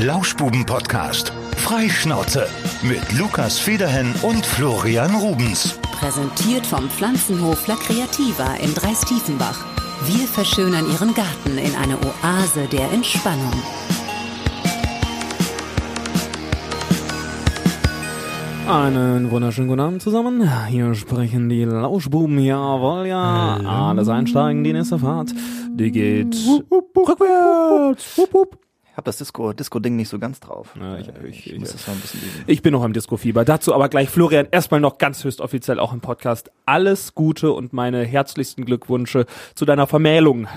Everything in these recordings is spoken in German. Lauschbuben-Podcast. Freischnauze mit Lukas Federhen und Florian Rubens. Präsentiert vom Pflanzenhof La Creativa in Dreistiefenbach. Wir verschönern Ihren Garten in eine Oase der Entspannung. Einen wunderschönen guten Abend zusammen. Hier sprechen die Lauschbuben. Jawohl, ja. Alles einsteigen, die nächste Fahrt. Die geht rückwärts. Wupp, wupp. Ich hab das Disco, Disco-Ding nicht so ganz drauf. Ja, ich- Äh, ich- muss ich- das mal ein bisschen üben. Ich bin noch im Disco-Fieber. Dazu aber gleich Florian erstmal noch ganz höchst offiziell auch im Podcast. Alles Gute und meine herzlichsten Glückwünsche zu deiner Vermählung.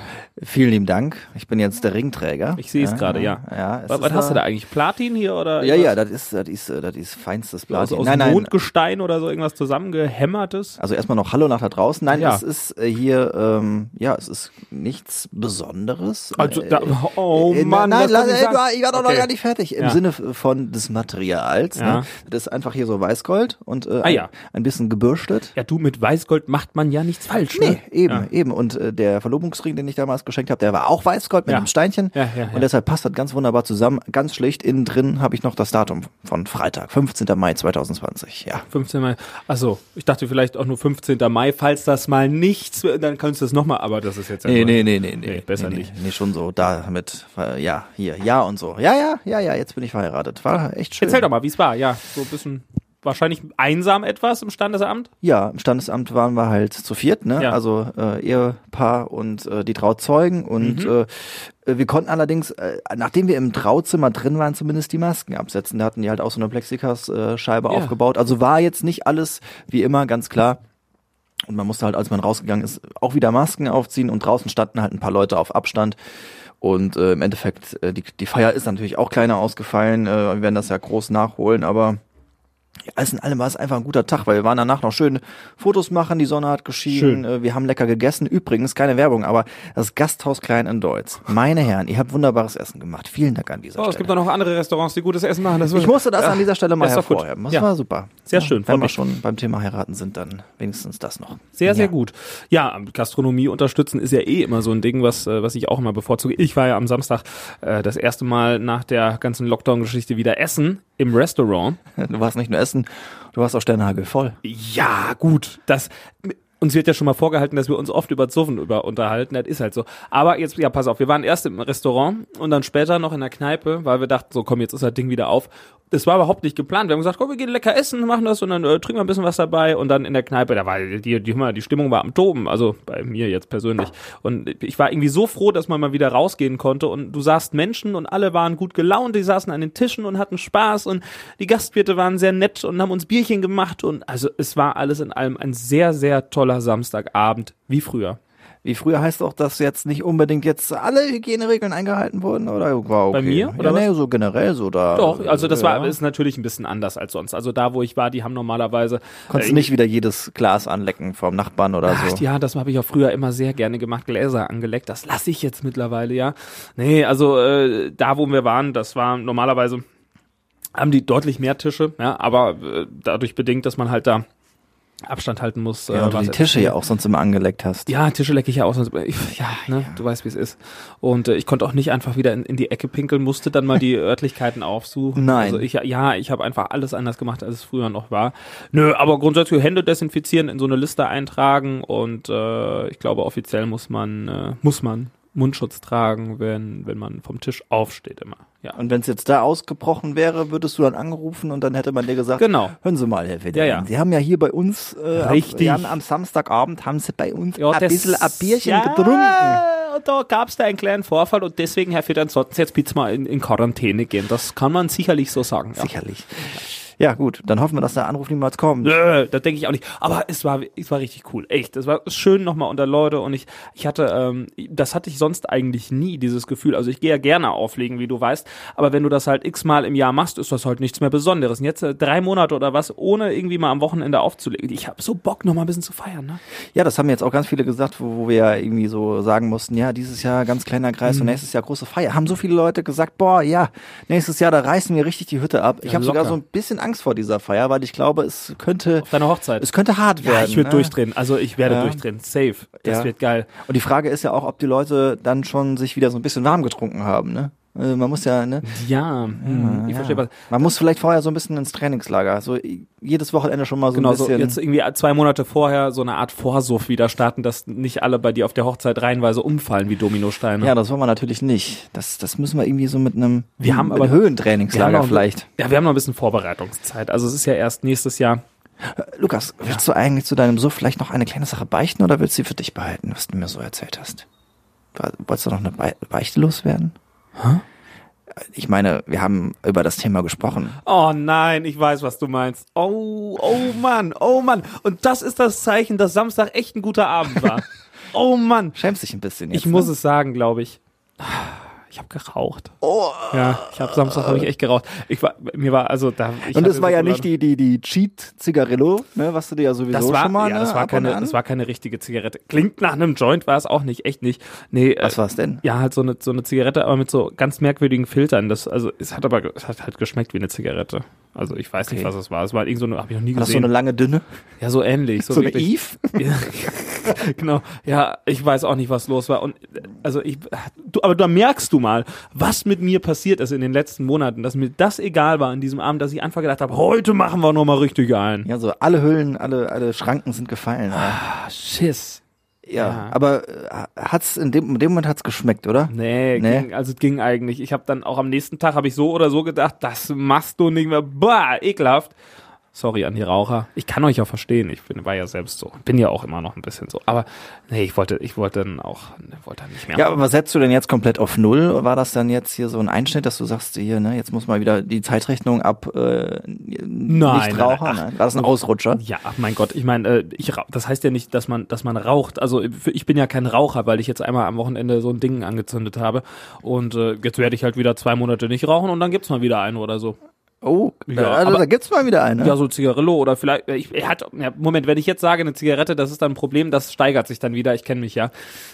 Vielen lieben Dank. Ich bin jetzt der Ringträger. Ich sehe es gerade, ja. ja es Was, ist was hast du da- da eigentlich? Platin hier oder? Ja, ja, irgendwas? das ist, das ist, äh, das ist feinstes Blatt. Also aus Mondgestein oder so irgendwas zusammengehämmertes? Also erstmal noch Hallo nach da draußen. Nein, Ja. es ist äh, hier, ähm, ja, es ist nichts Besonderes. Also Äh, da- oh äh, Mann, nein, das kann lass, ich ey, sagen. du- ich war doch Okay. noch gar nicht fertig. Im Ja. Sinne von des Materials. Ja. Ne? Das ist einfach hier so Weißgold und äh, Ah, ja. ein bisschen gebürstet. Ja, du mit Weißgold macht man ja nichts falsch. Nee, ne? eben, Ja. eben. Und äh, der Verlobungsring, den ich damals geschenkt habe, der war auch Weißgold mit Ja. einem Steinchen. Ja, ja, ja. Und deshalb passt das ganz wunderbar zusammen. Ganz schlicht, innen drin habe ich noch das Datum von Freitag, 15. Mai 2020. Ja. 15 Mai. Achso, ich dachte vielleicht auch nur 15. Mai. Falls das mal nichts, wird, dann kannst du es nochmal, aber das ist jetzt ja Nee, nur- nee, nee, nee, Also, nee. Nee, besser nee, nicht. Nee, schon so, da mit, äh, ja, hier, ja und so. Ja, ja, ja, ja, jetzt bin ich verheiratet. War echt schön. Erzähl doch mal, wie es war. Ja, so ein bisschen wahrscheinlich einsam etwas im Standesamt. Ja, im Standesamt waren wir halt zu viert, ne? Ja. Also äh, Ehepaar und äh, die Trauzeugen Mhm. und äh, wir konnten allerdings, äh, nachdem wir im Trauzimmer drin waren, zumindest die Masken absetzen. Da hatten die halt auch so eine Plexiglasscheibe äh, Scheibe Ja. aufgebaut. Also war jetzt nicht alles wie immer ganz klar. Und man musste halt, als man rausgegangen ist, auch wieder Masken aufziehen und draußen standen halt ein paar Leute auf Abstand. Und äh, im Endeffekt, äh, die, die Feier ist natürlich auch kleiner ausgefallen. Äh, wir werden das ja groß nachholen, aber alles in allem war es einfach ein guter Tag, weil wir waren danach noch schön Fotos machen, die Sonne hat geschienen, äh, wir haben lecker gegessen. Übrigens, keine Werbung, aber das Gasthaus Klein in Deutz. Meine Herren, ihr habt wunderbares Essen gemacht. Vielen Dank an dieser Oh, es gibt Stelle. auch noch andere Restaurants, die gutes Essen machen. Das Ich musste das an dieser Stelle mal ist doch gut. hervorheben. Das Ja. war super. Sehr schön, freut Wenn wir mich. schon beim Thema heiraten sind, dann wenigstens das noch. Sehr, sehr Ja. gut. Ja, Gastronomie unterstützen ist ja eh immer so ein Ding, was, äh, was ich auch immer bevorzuge. Ich war ja am Samstag äh, das erste Mal nach der ganzen Lockdown-Geschichte wieder essen im Restaurant. Du warst nicht nur Essen, du warst auch Sternhagel voll. Ja, gut, das uns wird ja schon mal vorgehalten, dass wir uns oft über Zoffen über unterhalten, das ist halt so. Aber jetzt ja, pass auf, wir waren erst im Restaurant und dann später noch in der Kneipe, weil wir dachten, so komm, jetzt ist das Ding wieder auf. Das war überhaupt nicht geplant. Wir haben gesagt, komm, wir gehen lecker essen, machen das und dann äh, trinken wir ein bisschen was dabei und dann in der Kneipe, da war die, die, die, die Stimmung war am Toben, also bei mir jetzt persönlich. Und ich war irgendwie so froh, dass man mal wieder rausgehen konnte und du sahst Menschen und alle waren gut gelaunt, die saßen an den Tischen und hatten Spaß und die Gastwirte waren sehr nett und haben uns Bierchen gemacht und also es war alles in allem ein sehr, sehr toller Samstagabend, wie früher. Wie früher heißt auch, dass jetzt nicht unbedingt jetzt alle Hygieneregeln eingehalten wurden oder war okay. Bei mir, oder ja, nee, so generell so da. Doch, also das war ja. ist natürlich ein bisschen anders als sonst. Also da, wo ich war, die haben normalerweise Konntest du nicht wieder jedes Glas anlecken vom Nachbarn oder Ach so. ja, das habe ich auch früher immer sehr gerne gemacht, Gläser angeleckt. Das lasse ich jetzt mittlerweile, ja. Nee, also äh, da, wo wir waren, das war normalerweise, haben die deutlich mehr Tische, ja, aber äh, dadurch bedingt, dass man halt da Abstand halten muss. äh, Ja, und du war's die jetzt- Tische ja auch sonst immer angeleckt hast. Ja, Tische lecke ich ja aus. sonst- Ah, Ich, ja, ne, du weißt, wie es ist. Und äh, ich konnte auch nicht einfach wieder in, in die Ecke pinkeln, musste dann mal die Örtlichkeiten aufsuchen. Nein. Also ich, ja, ich habe einfach alles anders gemacht, als es früher noch war. Nö, aber grundsätzlich Hände desinfizieren, in so eine Liste eintragen und äh, ich glaube, offiziell muss man, äh, muss man Mundschutz tragen, wenn, wenn man vom Tisch aufsteht immer. Ja. Und wenn es jetzt da ausgebrochen wäre, würdest du dann angerufen und dann hätte man dir gesagt, Genau. hören Sie mal, Herr Federer, Ja, ja. Sie haben ja hier bei uns, äh, ab- Richtig. wir haben am Samstagabend haben Sie bei uns Ja, ein das- bisschen ein Bierchen ja, getrunken. Und da gab es da einen kleinen Vorfall und deswegen, Herr Federn, sollten Sie jetzt bitte mal in, in Quarantäne gehen. Das kann man sicherlich so sagen. Ja. Sicherlich. Ja gut, dann hoffen wir, dass der Anruf niemals kommt. Nö, das denke ich auch nicht. Aber es war, es war richtig cool. Echt. Es war schön nochmal unter Leute und ich, ich hatte, ähm, das hatte ich sonst eigentlich nie, dieses Gefühl. Also ich gehe ja gerne auflegen, wie du weißt. Aber wenn du das halt x-mal im Jahr machst, ist das halt nichts mehr Besonderes. Und jetzt äh, drei Monate oder was, ohne irgendwie mal am Wochenende aufzulegen. Ich habe so Bock, nochmal ein bisschen zu feiern, ne? Ja, das haben jetzt auch ganz viele gesagt, wo, wo wir ja irgendwie so sagen mussten, ja, dieses Jahr ganz kleiner Kreis Mhm. und nächstes Jahr große Feier. Haben so viele Leute gesagt, boah, ja, nächstes Jahr, da reißen wir richtig die Hütte ab. Ich Ja, habe sogar locker. so ein bisschen Angst vor dieser Feier, weil ich glaube, es könnte, Auf deiner Hochzeit. es könnte hart werden. ich würde ne? durchdrehen. Also ich werde Ja. durchdrehen. Safe. Das Ja. wird geil. Und die Frage ist ja auch, ob die Leute dann schon sich wieder so ein bisschen warm getrunken haben, ne? Äh, man muss ja, ne? Ja, hm, ich ja. verstehe was. Man muss vielleicht vorher so ein bisschen ins Trainingslager. So i- jedes Wochenende schon mal so Genau, ein so bisschen. jetzt irgendwie zwei Monate vorher so eine Art Vorsuff wieder starten, dass nicht alle bei dir auf der Hochzeit reihenweise umfallen wie Dominosteine. ja, das wollen wir natürlich nicht. Das, das müssen wir irgendwie so mit einem Wir haben mit aber- Höhentrainingslager noch- vielleicht. Ja, wir haben noch ein bisschen Vorbereitungszeit. Also es ist ja erst nächstes Jahr. Lukas, willst du eigentlich zu deinem Suff vielleicht noch eine kleine Sache beichten oder willst du sie für dich behalten, was du mir so erzählt hast? War- Wolltest du noch eine Bei- Beichte loswerden? Hä? Ich meine, wir haben über das Thema gesprochen. Oh nein, ich weiß, was du meinst. Oh, oh Mann, oh Mann. Und das ist das Zeichen, dass Samstag echt ein guter Abend war. Oh Mann. Schämst dich ein bisschen jetzt. Ich muss ne? es sagen, glaube ich. Ich habe geraucht. Oh. Ja, ich habe Samstag hab ich echt geraucht. Ich war, mir war also da. Ich Und hatte es war so ja Laune. nicht die, die, die Cheat-Zigarillo, ne, was du dir ja sowieso Das war, schon mal. ja, ne, das war ab und keine, an? das war keine richtige Zigarette. Klingt nach einem Joint, war es auch nicht, echt nicht. Nee, was äh, war's denn? ja, halt so eine, so eine Zigarette, aber mit so ganz merkwürdigen Filtern. Das, also, es hat aber, ge- es hat halt geschmeckt wie eine Zigarette. Also, ich weiß nicht, Okay. was es war. Es war irgend so eine, hab ich noch nie War das so gesehen. eine lange, dünne? ja, so ähnlich. So, So eine wirklich. Eve? Ja, genau. Ja, ich weiß auch nicht, was los war. Und äh, also ich, du, aber da merkst du mal, was mit mir passiert ist in den letzten Monaten, dass mir das egal war an diesem Abend, dass ich einfach gedacht habe, heute machen wir nochmal richtig ein. Ja, so alle Hüllen, alle, alle Schranken sind gefallen. Ah, Ja, Schiss. ja. aber äh, hat's in dem, in dem Moment hat's geschmeckt, oder? Nee, Nee. Ging, also es ging eigentlich. Ich habe dann auch am nächsten Tag habe ich so oder so gedacht, das machst du nicht mehr. Bah, ekelhaft. Sorry an die Raucher. Ich kann euch ja verstehen. Ich bin, war ja selbst so. Bin ja auch immer noch ein bisschen so. Aber nee, ich wollte, ich wollte dann auch, wollte dann nicht mehr. Ja, aber setzt du denn jetzt komplett auf Null? War das dann jetzt hier so ein Einschnitt, dass du sagst, hier, ne, jetzt muss mal wieder die Zeitrechnung ab äh, nicht rauchen? nein, Nein, War das ein Ausrutscher? Ja, ach mein Gott, ich meine, äh, ich rauch- das heißt ja nicht, dass man, dass man raucht. Also für- ich bin ja kein Raucher, weil ich jetzt einmal am Wochenende so ein Ding angezündet habe und äh, jetzt werde ich halt wieder zwei Monate nicht rauchen und dann gibt's mal wieder einen oder so. Oh, Ja, also, aber- da gibt's mal wieder einen. Ja, so Zigarillo oder vielleicht. Ich, er hat, ja, Moment, wenn ich jetzt sage, eine Zigarette, das ist dann ein Problem, das steigert sich dann wieder. Ich kenne mich ja.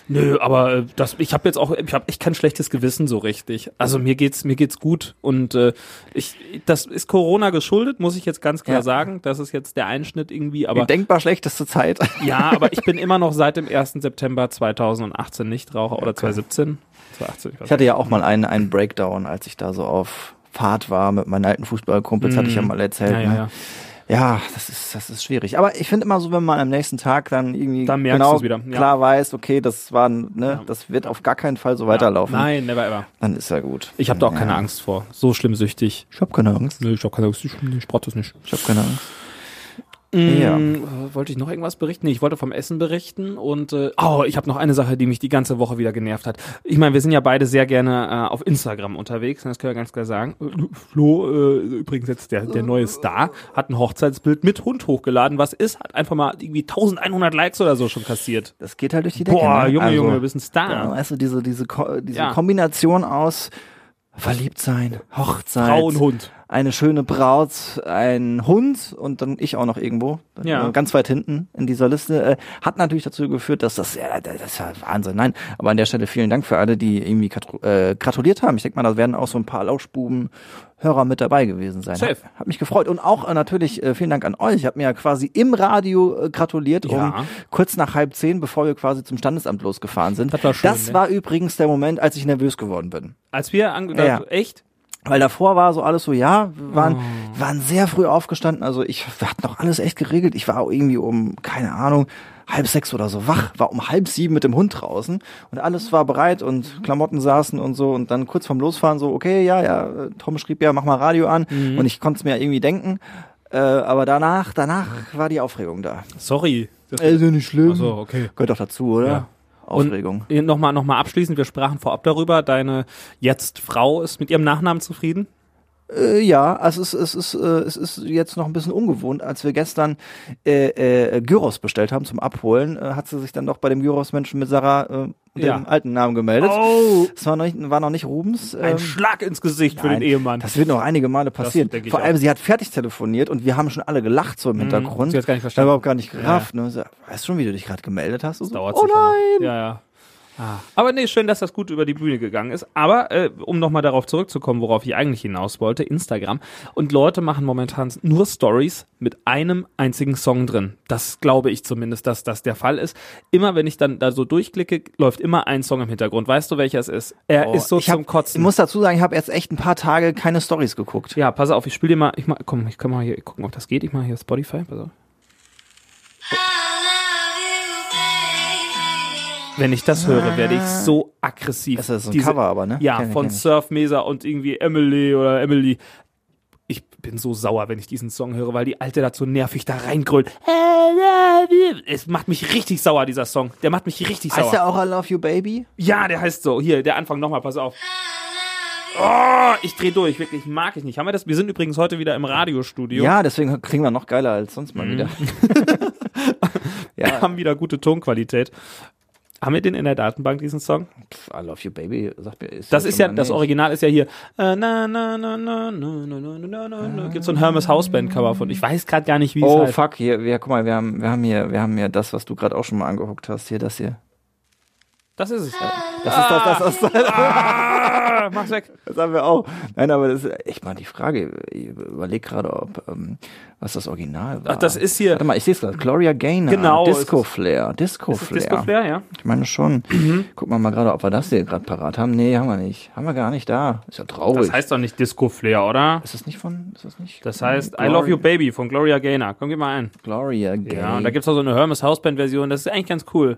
Nö, aber äh, das, ich habe jetzt auch, ich habe echt kein schlechtes Gewissen so richtig. Also mir geht's, mir geht's gut und äh, ich, das ist Corona geschuldet, muss ich jetzt ganz klar Ja. sagen. Das ist jetzt der Einschnitt irgendwie, Die aber denkbar schlechteste Zeit. ja, aber ich bin immer noch seit dem 1. September 2018 Nichtraucher oder 2017. 2018, ich weiß Ich hatte ja auch mal einen, einen Breakdown, als ich da so auf Fahrt war mit meinen alten Fußballkumpels, hatte ich ja mal erzählt. Mhm. Ja, ja, ne? ja. Ja, das ist, das ist schwierig. Aber ich finde immer so, wenn man am nächsten Tag dann irgendwie Dann merkst genau du's wieder, ja. klar weiß, okay, das war, ein- ne, das wird auf gar keinen Fall so weiterlaufen, Nein, never ever. dann ist ja gut. Ich habe da auch Ja. keine Angst vor. So schlimm süchtig. Ich hab keine Angst. Nö, ich habe keine Angst. Ich, ich brauche das nicht. Ich hab keine Angst. Ja. Mm. Ja. Hm, Wollte ich noch irgendwas berichten? Nee, ich wollte vom Essen berichten und äh, oh, ich habe noch eine Sache, die mich die ganze Woche wieder genervt hat. Ich meine, wir sind ja beide sehr gerne äh, auf Instagram unterwegs, das können wir ganz klar sagen. Äh, Flo, äh, übrigens jetzt der, der neue Star, hat ein Hochzeitsbild mit Hund hochgeladen. Was ist? Hat einfach mal irgendwie 1100 Likes oder so schon kassiert. Das geht halt durch die Decke. Boah, ne? Junge, Also, Junge, du bist ein Ja, Star. weißt du, also diese, diese, Ko diese Ja. Kombination aus Verliebtsein, Hochzeit, Frau und Hund. eine schöne Braut, ein Hund und dann ich auch noch irgendwo, Ja. ja. ganz weit hinten in dieser Liste, äh, hat natürlich dazu geführt, dass das, ja, das ist ja Wahnsinn, nein, aber an der Stelle vielen Dank für alle, die irgendwie katru- äh, gratuliert haben. Ich denke mal, da werden auch so ein paar Lauschbuben Hörer mit dabei gewesen sein. Safe. Hat mich gefreut und auch äh, natürlich äh, vielen Dank an euch. Ich habe mir ja quasi im Radio äh, gratuliert Ja. um kurz nach halb zehn, bevor wir quasi zum Standesamt losgefahren sind. Das war schön, ne? war übrigens der Moment, als ich nervös geworden bin. Als wir ange also, Ja, ja. echt? Weil davor war so alles so, ja, wir waren, Oh. waren sehr früh aufgestanden. Also ich wir hatten noch alles echt geregelt. Ich war irgendwie um, keine Ahnung, halb sechs oder so wach, war um halb sieben mit dem Hund draußen und alles war bereit Mhm. und Klamotten saßen und so und dann kurz vorm Losfahren so, okay, ja, ja, äh, Tom schrieb ja, mach mal Radio an Mhm. und ich konnte es mir irgendwie denken. Äh, aber danach, danach war die Aufregung da. Sorry. Das Also nicht schlimm. Ach so, okay. Gehört doch dazu, oder? Ja. Aufregung. Und nochmal Äh, noch mal abschließend, wir sprachen vorab darüber, deine jetzt Frau ist mit ihrem Nachnamen zufrieden. Äh, ja, also es, ist- es, ist, äh, es ist jetzt noch ein bisschen ungewohnt. Als wir gestern äh, äh, Gyros bestellt haben zum Abholen, äh, hat sie sich dann doch bei dem Gyros-Menschen mit Sarah, äh, dem Ja. alten Namen, gemeldet. Oh, Es war noch nicht, war noch nicht Rubens. ein ähm, Schlag ins Gesicht für den nein, Ehemann. Das wird noch einige Male passieren. denke ich Vor auch. Mhm. allem, sie hat fertig telefoniert und wir haben schon alle gelacht so im Hintergrund. sie hat's gar nicht Ich hab verstanden. überhaupt gar nicht gerafft. Ne? So, weißt du schon, wie du dich gerade gemeldet hast? Und so, Dauert oh sicher noch. nein! Ja, ja. Aber nee, schön, dass das gut über die Bühne gegangen ist. Aber äh, um nochmal darauf zurückzukommen, worauf ich eigentlich hinaus wollte, Instagram. Und Leute machen momentan nur Stories mit einem einzigen Song drin. Das glaube ich zumindest, dass das der Fall ist. Immer wenn ich dann da so durchklicke, läuft immer ein Song im Hintergrund. Weißt du, welcher es ist? Er Oh, ist so ich hab, zum Kotzen. Ich muss dazu sagen, ich habe jetzt echt ein paar Tage keine Stories geguckt. ja, pass auf, ich spiele dir mal. Ich mach, komm, ich kann mal hier gucken, ob das geht. Ich mache hier Spotify. Pass auf. Wenn ich das höre, werde ich so aggressiv. Das ist so ein Diese- Cover, aber ne? Ja, Kenn ich, von kenn ich. Surf Mesa und irgendwie Emily oder Emily. Ich bin so sauer, wenn ich diesen Song höre, weil die Alte dazu nervig da reingrölt. Äh, Es macht mich richtig sauer, dieser Song. Der macht mich richtig Heißt sauer. ja auch I Love You Baby? Ja, der heißt so. Hier, der Anfang nochmal, pass auf. Oh, ich dreh durch, wirklich, mag ich nicht. Haben wir das? Wir sind übrigens heute wieder im Radiostudio. Ja, deswegen klingen wir noch geiler als sonst Mhm. mal wieder. Wir haben wieder gute Tonqualität. Haben wir den in der Datenbank, diesen Song? Pff, I Love You Baby, sagt mir. Ist halt Das ist ja, immer das nicht. Original ist ja hier. äh, Na, na, na, na, na, na, na, na, na, na. Gibt's so ein Hermes Hausband Cover von. Ich weiß gerade gar nicht, wie Oh es heißt. fuck, hier, wir, guck mal, wir haben, wir haben hier, wir haben hier das, was du gerade auch schon mal angeguckt hast, hier, das hier. Das ist es. Das ist das, das, das, das, Ah, mach's weg. Das haben wir auch. Nein, aber das ist echt mal die Frage. Ich überlege gerade, ob ähm, was das Original war. Ach, das ist hier- Warte mal, ich sehe es gerade. Gloria Gaynor. Genau, Disco es Flair. Disco Flair. Disco Flair, Mhm. ja. Ich meine schon. Gucken wir mal gerade, ob wir das hier gerade parat haben. Nee, haben wir nicht. Haben wir gar nicht da. Ist ja traurig. Das heißt doch nicht Disco Flair, oder? ist das nicht von? Ist das nicht? Das heißt I Gloria- Love You Baby von Gloria Gaynor. Komm, gib mal ein. Gloria Gaynor. Ja, und da gibt's auch so eine Hermes Hausband Version. Das ist eigentlich ganz cool.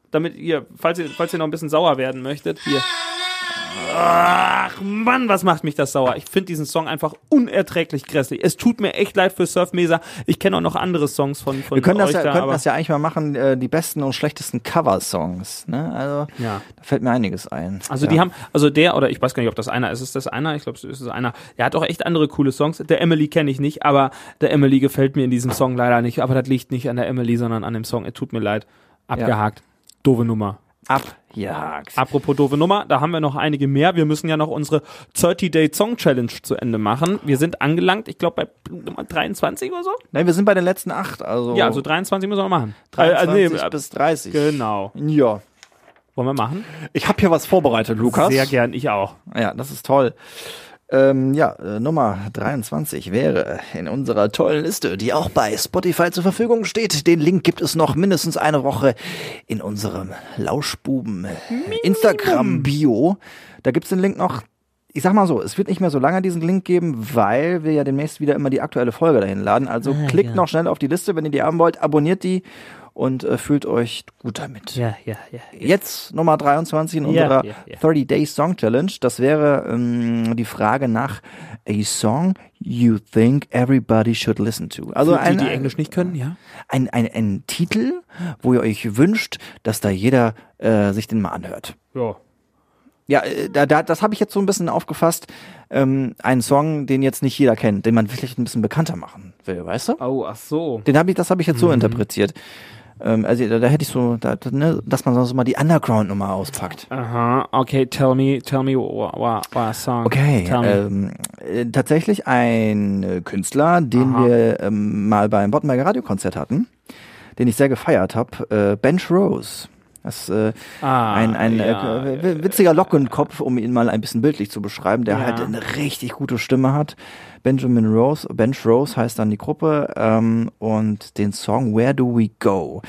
damit ihr, falls ihr, falls ihr noch ein bisschen sauer werden möchtet, hier. Ach Mann, was macht mich das sauer? Ich finde diesen Song einfach unerträglich grässlich. Es tut mir echt leid für Surf Mesa. Ich kenne auch noch andere Songs von, von Wir können das euch ja, da, könnten aber das ja eigentlich mal machen, äh, die besten und schlechtesten Cover-Songs. Ne? Also Ja. da fällt mir einiges ein. Also ja. die haben, also der oder ich weiß gar nicht, ob das einer ist. Ist das einer? Ich glaube, es ist einer. Der hat auch echt andere coole Songs. Der Emily kenne ich nicht, aber der Emily gefällt mir in diesem Song leider nicht. Aber das liegt nicht an der Emily, sondern an dem Song. Es tut mir leid. Abgehakt. Doofe Nummer. Abjagd. Apropos doofe Nummer, da haben wir noch einige mehr. Wir müssen ja noch unsere 30-Day Song Challenge zu Ende machen. Wir sind angelangt, ich glaube bei Nummer 23 oder so. Nein, wir sind bei den letzten acht. Also Ja, also 23 müssen wir noch machen. Äh, äh, 23 nee, äh, bis 30. genau. Ja. Wollen wir machen? Ich habe hier was vorbereitet, Lukas. Sehr gern, ich auch. Ja, das ist toll. Ähm, ja, äh, Nummer 23 wäre in unserer tollen Liste, die auch bei Spotify zur Verfügung steht. Den Link gibt es noch mindestens eine Woche in unserem Lauschbuben äh, Instagram-Bio. Da gibt's den Link noch. Ich sag mal so, es wird nicht mehr so lange diesen Link geben, weil wir ja demnächst wieder immer die aktuelle Folge dahin laden. Also Ah, klickt noch schnell auf die Liste, wenn ihr die haben wollt, abonniert die und äh, fühlt euch gut damit. Ja, ja, ja. Jetzt Nummer 23 in Ja, unserer ja, ja. 30 Day Song Challenge. Das wäre ähm, die Frage nach a song you think everybody should listen to. Also Die, ein, die Englisch nicht können, ja? ein, ein, ein Titel, wo ihr euch wünscht, dass da jeder äh, sich den mal anhört. Ja. Ja, äh, da, da, das habe ich jetzt so ein bisschen aufgefasst. Ähm, einen Song, den jetzt nicht jeder kennt, den man vielleicht ein bisschen bekannter machen will, weißt du? Oh, ach so. Den hab ich, das habe ich jetzt so Mhm. interpretiert. Ähm, also da, da hätte ich so, da, ne, dass man sonst mal die Underground-Nummer auspackt. Aha, okay, tell me, tell me what, what, what song. Okay, tell me. ähm, äh, tatsächlich ein äh, Künstler, den wir ähm, mal beim Bottenberger Radiokonzert hatten, den ich sehr gefeiert habe, äh, Bench Rose. Das äh, Ah, ein, ein ja, äh, w- witziger Lockenkopf, um ihn mal ein bisschen bildlich zu beschreiben, der Ja. halt eine richtig gute Stimme hat. Benjamin Rose, Bench Rose heißt dann die Gruppe ähm, und den Song Where Do We Go.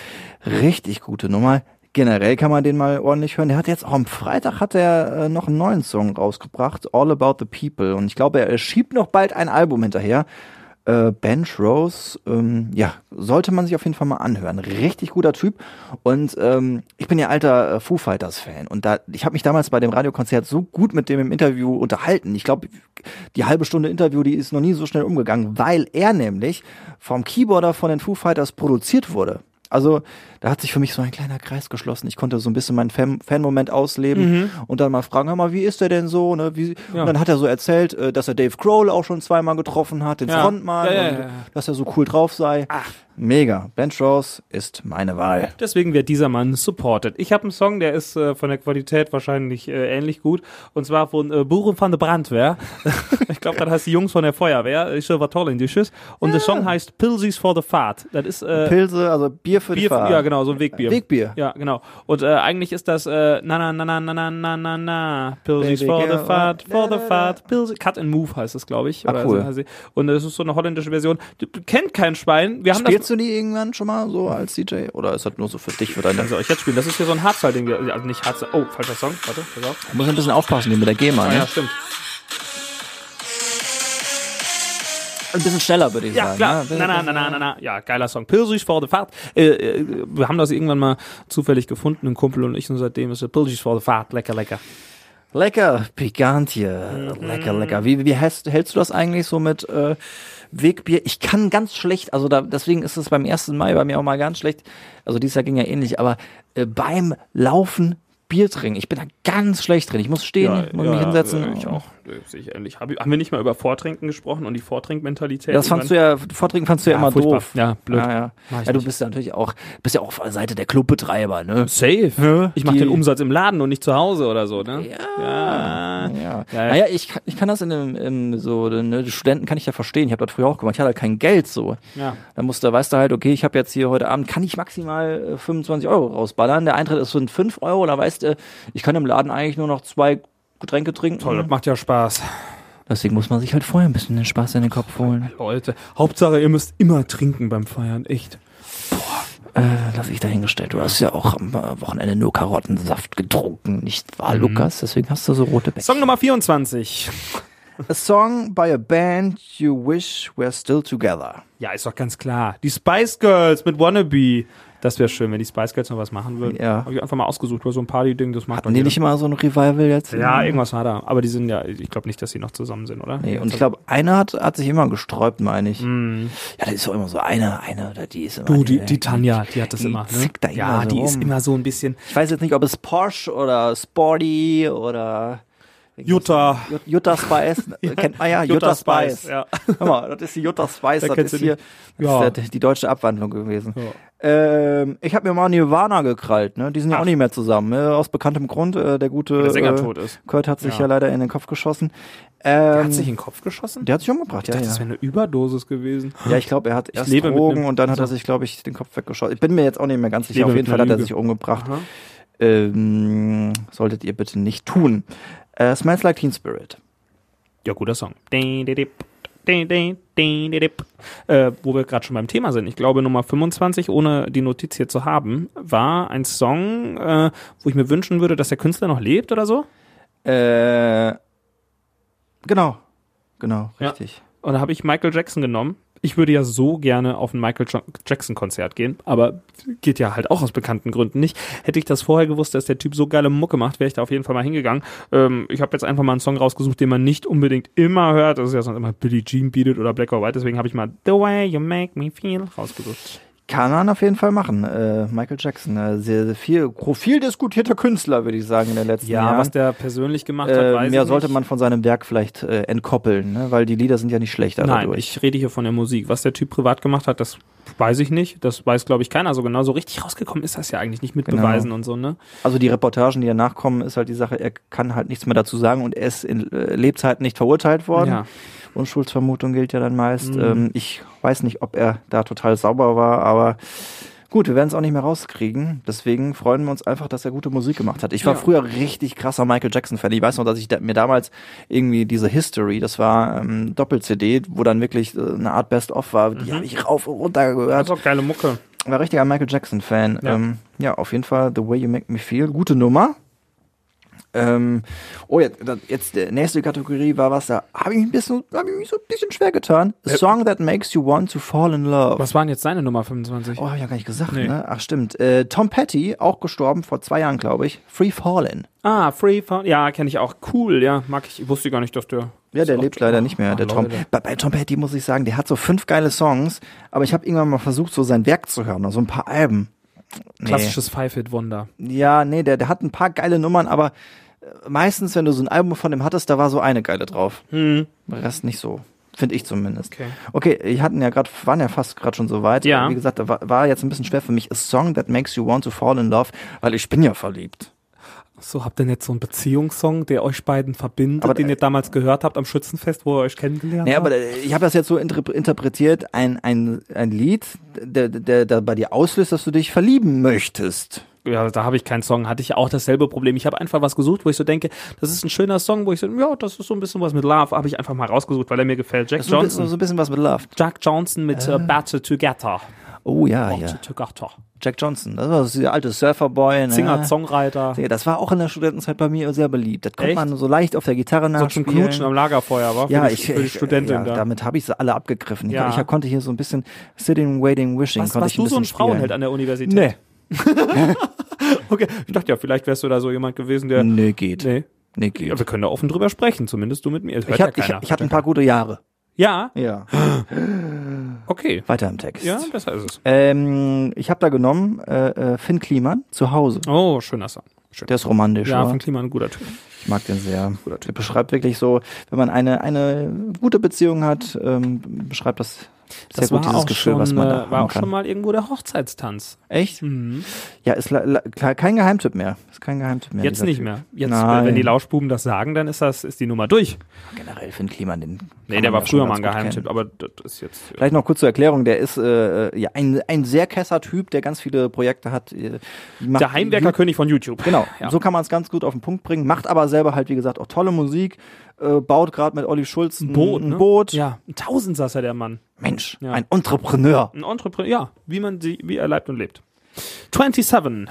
Richtig gute Nummer. Generell kann man den mal ordentlich hören. Der hat jetzt auch am Freitag hat er äh, noch einen neuen Song rausgebracht, All About the People. Und ich glaube, er schiebt noch bald ein Album hinterher. Äh, Bench Rose, ähm, ja, sollte man sich auf jeden Fall mal anhören. Richtig guter Typ. Und ähm, ich bin ja alter äh, Foo Fighters Fan. Und da, ich habe mich damals bei dem Radiokonzert so gut mit dem im Interview unterhalten. Ich glaube, die halbe Stunde Interview, die ist noch nie so schnell umgegangen, weil er nämlich vom Keyboarder von den Foo Fighters produziert wurde. Also da hat sich für mich so ein kleiner Kreis geschlossen. Ich konnte so ein bisschen meinen Fan- Fan-Moment ausleben und dann mal fragen, hör mal, wie ist der denn so? Ne? Wie, Ja. Und dann hat er so erzählt, äh, dass er Dave Grohl auch schon zweimal getroffen hat, den Ja. Frontmann, Ja, ja, und ja, Ah. ja. dass er so cool drauf sei. Mega. Ben Strauss ist meine Wahl. Deswegen wird dieser Mann supported. Ich habe einen Song, der ist äh, von der Qualität wahrscheinlich äh, ähnlich gut. Und zwar von äh, Buren van der Brandwehr. ich glaube, das heißt die Jungs von der Feuerwehr. Ich war toll in die Schiss. Und der Song heißt Pilsies for the Fahrt. Das ist äh, Pilze, also Bier für die Bier, Fahrt. ja genau, so ein Wegbier. Wegbier. Ja, genau. Und äh, eigentlich ist das äh, na na na na na na na na na Pilsies Baby for girl, the fart, na, for na, the na. fart, Pilsies. Cut and Move heißt es, glaube ich. Ah, Oder cool. so heißt sie. Und es ist so eine holländische Version. Du, du kennt kein Schwein. Wir haben das Spielst du die irgendwann schon mal so als DJ? Oder ist das nur so für dich, für deine... Dann soll ich jetzt spielen. Das ist hier so ein Harzal-Ding. wir- Also nicht Harzal. Oh, falscher Song. Warte, pass auf. Du musst ein bisschen aufpassen, hier mit der GEMA, Ah, ne? ja, stimmt. Ein bisschen schneller, würde ich Ja, sagen. klar. ne? Na, na, na, na, na, na. Ja, geiler Song. Pilsisch for the Fahrt. Äh, äh, wir haben das irgendwann mal zufällig gefunden, ein Kumpel und ich. Und seitdem ist es Pilsisch for the Fahrt. Lecker, lecker. Lecker, pikant hier. Mhm. Lecker, lecker. Wie, wie hältst, hältst du das eigentlich so mit äh, Wegbier? Ich kann ganz schlecht, also da, deswegen ist es beim 1. Mai bei mir auch mal ganz schlecht. Also dieses Jahr ging ja ähnlich, aber äh, beim Laufen Bier trinken. Ich bin da ganz schlecht drin. Ich muss stehen, muss mich hinsetzen. Ich auch. Sehe ich ähnlich. Äh, Hab, haben wir nicht mal über Vortrinken gesprochen und die Vortrinkmentalität? Ja, das fandst du ja, Vortrinken fandst du ja, Ja, immer furchtbar. doof. Ja, blöd. Ah, ja. Mach ich ja, du nicht. bist ja natürlich auch, bist ja auch auf der Seite der Clubbetreiber, ne? Safe. Ich mache Die- den Umsatz im Laden und nicht zu Hause oder so, ne? Ja. Ja. Ja, ja. Naja, ich, kann- ich kann das in dem, im, so, ne, die Studenten kann ich ja verstehen. Ich habe das früher auch gemacht. Ich hatte halt kein Geld so. Ja. Dann musst du, weißt du halt, okay, ich habe jetzt hier heute Abend, kann ich maximal äh, 25 Euro rausballern. Der Eintritt ist so ein 5 Euro, da weißt du, ich kann im Laden eigentlich nur noch zwei Getränke trinken. Toll, das macht ja Spaß. Deswegen muss man sich halt vorher ein bisschen den Spaß in den Kopf holen. Leute, Hauptsache, ihr müsst immer trinken beim Feiern, echt. Äh, lass ich dahingestellt. Du hast ja auch am äh, Wochenende nur Karottensaft getrunken, nicht wahr, Lukas? Deswegen hast du so rote Bäckchen. Mhm. Song Nummer 24. A song by a band you wish were still together. Ja, ist doch ganz klar. Die Spice Girls mit Wannabe. Das wäre schön, wenn die Spice Girls noch was machen würden. Ja. Habe ich einfach mal ausgesucht, weil so ein Party-Ding, das macht Hatten die jeder. nicht immer so ein Revival jetzt? Ja, irgendwas war da. Aber die sind ja, ich glaube nicht, dass sie noch zusammen sind, oder? Also, Nee, und ich glaube, einer hat, hat sich immer gesträubt, meine ich. Mhm. Ja, das ist doch immer so eine, eine oder die ist immer. Du, die, die Tanja, die hat das Die immer. Ne? zickt da immer ja, so die ist rum. immer so ein bisschen. Ich weiß jetzt nicht, ob es Porsche oder Sporty oder Jutta. Jut- Jutta Spice, äh, kennt man ja, Jutta, Spice. Ja. Hör mal, das ist die Jutta Spice, Wer das kennt ist sie hier nicht? das Ja. ist der- die deutsche Abwandlung gewesen. Ja. Ähm, ich habe mir mal Nirvana gekrallt, ne? Die sind ja auch Ach. nicht mehr zusammen, ne? aus bekanntem Grund. Äh, der gute der Sänger äh, tot ist. Kurt hat sich ja. Ja. leider in den Kopf geschossen. Ähm, Hat sich in den Kopf geschossen? der hat sich umgebracht, ja. ich dachte, ja. das wäre eine Überdosis gewesen. Ja, ich glaube, er hat erst lebe mit Drogen einem- und dann hat er sich, glaube ich, den Kopf weggeschossen. Ich bin mir jetzt auch nicht mehr ganz sicher. lebe Auf jeden mit Fall einer hat er Lüge. sich umgebracht. Aha. Ähm, solltet ihr bitte nicht tun. Äh, Smells Like Teen Spirit. Ja, guter Song. Din, di, dip. Din, din, din, di, dip. Äh, wo wir gerade schon beim Thema sind. Ich glaube, Nummer 25, ohne die Notiz hier zu haben, war ein Song, äh, wo ich mir wünschen würde, dass der Künstler noch lebt oder so. Äh, genau. Genau, Ja. richtig. Und da habe ich Michael Jackson genommen. Ich würde ja so gerne auf ein Michael Jo- Jackson-Konzert gehen, aber geht ja halt auch aus bekannten Gründen nicht. Hätte ich das vorher gewusst, dass der Typ so geile Mucke macht, wäre ich da auf jeden Fall mal hingegangen. Ähm, ich habe jetzt einfach mal einen Song rausgesucht, den man nicht unbedingt immer hört. Das ist ja sonst immer Billie Jean Beat It oder Black or White. Deswegen habe ich mal The Way You Make Me Feel rausgesucht. Kann man auf jeden Fall machen. Äh, Michael Jackson, äh, sehr, sehr viel, viel diskutierter Künstler, würde ich sagen, in den letzten Jahren. was der persönlich gemacht hat, äh, weiß mehr ich sollte nicht. man von seinem Werk vielleicht äh, entkoppeln, ne? weil die Lieder sind ja nicht schlechter Nein, dadurch. ich rede hier von der Musik. Was der Typ privat gemacht hat, das weiß ich nicht. Das weiß, glaube ich, keiner so genau. So richtig rausgekommen ist das ja eigentlich nicht mit Genau. Beweisen und so, ne? Also die Reportagen, die danach kommen, ist halt die Sache, er kann halt nichts mehr dazu sagen und er ist in äh, Lebzeiten nicht verurteilt worden. Ja. Mhm. Unschuldsvermutung gilt ja dann meist. Ähm, ich weiß nicht, ob er da total sauber war, aber gut, wir werden es auch nicht mehr rauskriegen. Deswegen freuen wir uns einfach, dass er gute Musik gemacht hat. Ich war Ja. früher richtig krasser Michael Jackson-Fan. Ich weiß noch, dass ich da, mir damals irgendwie diese History, das war ähm, Doppel-CD, wo dann wirklich äh, eine Art Best-of war, Mhm. die habe ich rauf und runter gehört Das ist auch geile Mucke. war richtiger Michael Jackson-Fan. Ja. Ja. Ähm, ja, auf jeden Fall The Way You Make Me Feel. Gute Nummer. Ähm, oh, jetzt, jetzt die nächste Kategorie war was, da habe ich, ein bisschen- hab ich mich so ein bisschen schwer getan. A Song that makes you want to fall in love. Äh. Was waren jetzt seine Nummer 25? Oh, hab ich ja gar nicht gesagt, Nee. ne? Ach, stimmt. Äh, Tom Petty, auch gestorben vor zwei Jahren, glaube ich. Free Fallin'. Ah, Free Fall. Ja, kenne ich auch. Cool, ja. Mag ich. Ich wusste gar nicht, dass der. Ja, der Ist lebt auch- leider nicht mehr, Ach, der Tom. Leute. Bei, bei Tom Petty muss ich sagen, der hat so fünf geile Songs, aber ich habe irgendwann mal versucht, so sein Werk zu hören, so ein also paar Alben. Klassisches Five-Hit-Wonder. Ja, nee, der, der hat ein paar geile Nummern, aber äh, meistens, wenn du so ein Album von dem hattest, da war so eine geile drauf. Hm. Der Rest nicht so. Finde ich zumindest. Okay. Okay, wir hatten ja gerade, waren ja fast gerade schon so weit. Ja. Wie gesagt, da war, war jetzt ein bisschen schwer für mich. A song that makes you want to fall in love, weil ich bin ja verliebt. So, habt ihr nicht so einen Beziehungssong, der euch beiden verbindet, Aber, den äh, ihr damals gehört habt am Schützenfest, wo ihr euch kennengelernt Naja, habt? aber äh, ich habe das jetzt so inter interpretiert, ein, ein, ein Lied, der, der, der bei dir auslöst, dass du dich verlieben möchtest. ja, da habe ich keinen Song, hatte ich auch dasselbe Problem. Ich habe einfach was gesucht, wo ich so denke, das ist ein schöner Song, wo ich so, ja, das ist so ein bisschen was mit Love, habe ich einfach mal rausgesucht, weil er mir gefällt. Jack Das ist so ein bisschen- Johnson. so ein bisschen was mit Love. Jack Johnson mit äh. Battle Together. Oh ja, Battle ja. Together. Jack Johnson, das war so der alte Surferboy. Ne? Singer, Songwriter. Ja, das war auch in der Studentenzeit bei mir sehr beliebt. Das konnte Echt? man so leicht auf der Gitarre So zum nachspielen. Knutschen am Lagerfeuer, war? ja, für die, ich, für die ich äh, Studentin ja, da. damit habe ich sie alle abgegriffen. Ja. Ich, ich konnte hier so ein bisschen Sitting, Waiting, Wishing. Was, konnte warst ich ein du so ein bisschen spielen. Frauenheld an der Universität? Nee, Okay, ich dachte ja, vielleicht wärst du da so jemand gewesen, der... nee, geht. Nee. Nee, Ja, geht. wir können da offen drüber sprechen, zumindest du mit mir. Das hört Ich, hat, ja ich, keiner. ich hatte ein paar gute Jahre. ja, Ja. okay. Weiter im Text. Ja, besser ist es. Ähm, ich habe da genommen äh, äh, Finn Kliman, zu Hause. Oh, schöner Song. Schön. Der ist romantisch. ja, wa? von Klima ein guter Typ. Ich mag den sehr. Der beschreibt wirklich so, wenn man eine, eine gute Beziehung hat, ähm, beschreibt das sehr gut dieses Gefühl, schon, was man äh, war da haben auch schon kann. mal irgendwo der Hochzeitstanz. Mhm. Echt? Hm. Ja, ist la- la- klar, kein Geheimtipp mehr. Ist kein Geheimtipp mehr. Jetzt dieser nicht Typ. mehr. Jetzt, äh, Nein. wenn die Lauschbuben das sagen, dann ist das ist die Nummer durch. Generell Finn Kliman, den. kann Nee, man der war ja schon früher mal ganz ein gut Geheimtipp, kennen. aber das ist jetzt. äh, Vielleicht noch kurz zur Erklärung, der ist äh, ja, ein, ein sehr kesser Typ, der ganz viele Projekte hat. äh, macht- Der Heimwerkerkönig von YouTube. Genau, Ja. so kann man es ganz gut auf den Punkt bringen. Macht aber selber halt, wie gesagt, auch tolle Musik. Äh, baut gerade mit Olli Schulz ein Boot, ein ne? Boot. Ja, ein Tausendsasser, der Mann. Mensch, Ja. ein Entrepreneur. Ein Entrepreneur, ja, wie man sie, wie er lebt und lebt. 27.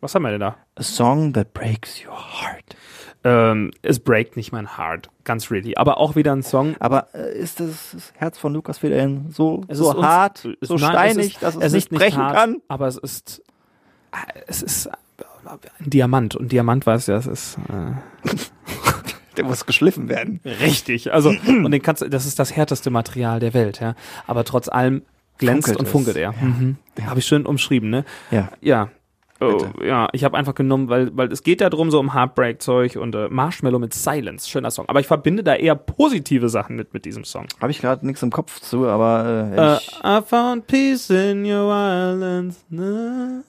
Was haben wir denn da? A song that breaks your heart. Ähm, es breakt nicht mein Heart, ganz really. Aber auch wieder ein Song, Aber äh, ist das, das Herz von Lukas Federhen so, Es ist so uns- hart, es- so nein, steinig, ist- dass es, ist nicht brechen hart, kann? Aber es ist, es ist ein Diamant und Diamant weiß ja, es ist äh, Der muss geschliffen werden. richtig. Also und den kannst, du- das ist das härteste Material der Welt, ja. Aber trotz allem glänzt Funkelt und es. funkelt er. Mhm. Habe ich schön umschrieben, ne? Ja. Ja. Oh, ja, ich habe einfach genommen, weil, weil es geht ja drum, so um Heartbreak-Zeug und äh, Marshmallow mit Silence, schöner Song. Aber ich verbinde da eher positive Sachen mit, mit diesem Song. Habe ich gerade nichts im Kopf zu, aber äh, Äh, ich, I found peace in your islands. Na,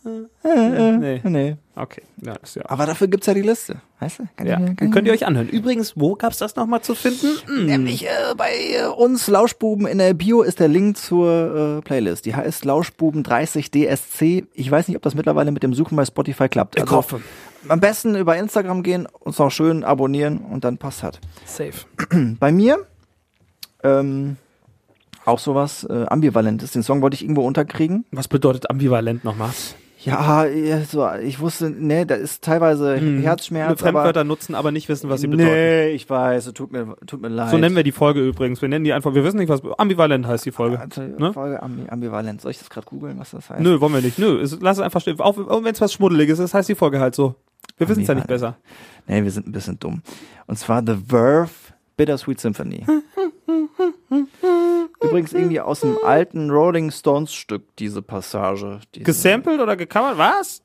äh, nee. äh, nee. Okay, ja, ist ja. Aber dafür gibt's ja die Liste, weißt du? Kann ja. ich mir- kann Könnt ich mir- ihr euch anhören. Übrigens, wo gab's das nochmal zu finden? Hm, Nämlich äh, bei äh, uns Lauschbuben in der Bio ist der Link zur äh, Playlist. Die heißt Lauschbuben 30 DSC. Ich weiß nicht, ob das mittlerweile mit dem Suchen bei Spotify klappt. Also Ich hoffe. Am besten über Instagram gehen, uns noch schön abonnieren und dann passt halt. hat. Safe. Bei mir ähm, auch sowas äh, ambivalentes. Den Song wollte ich irgendwo unterkriegen. Was bedeutet ambivalent nochmal? Ja, ja, so, ich wusste, ne, da ist teilweise Herzschmerz, aber Fremdwörter nutzen, aber nicht wissen, Mhm. was sie bedeuten. nee, ich weiß, tut mir, tut mir leid. So nennen wir die Folge übrigens. Wir nennen die einfach, wir wissen nicht, was ambivalent heißt die Folge. also, Ne? Folge Ambi ambivalent. Soll ich das gerade googeln, was das heißt? Nö, wollen wir nicht. Nö, es, lass es einfach stehen. Auch wenn es was Schmuddeliges ist, heißt die Folge halt so. Wir wissen es ja nicht besser. Nee, wir sind ein bisschen dumm. Und zwar The Verve Bittersweet Symphony. Übrigens irgendwie aus dem alten Rolling Stones Stück diese Passage. Diese, Gesampelt oder gecovert? Was?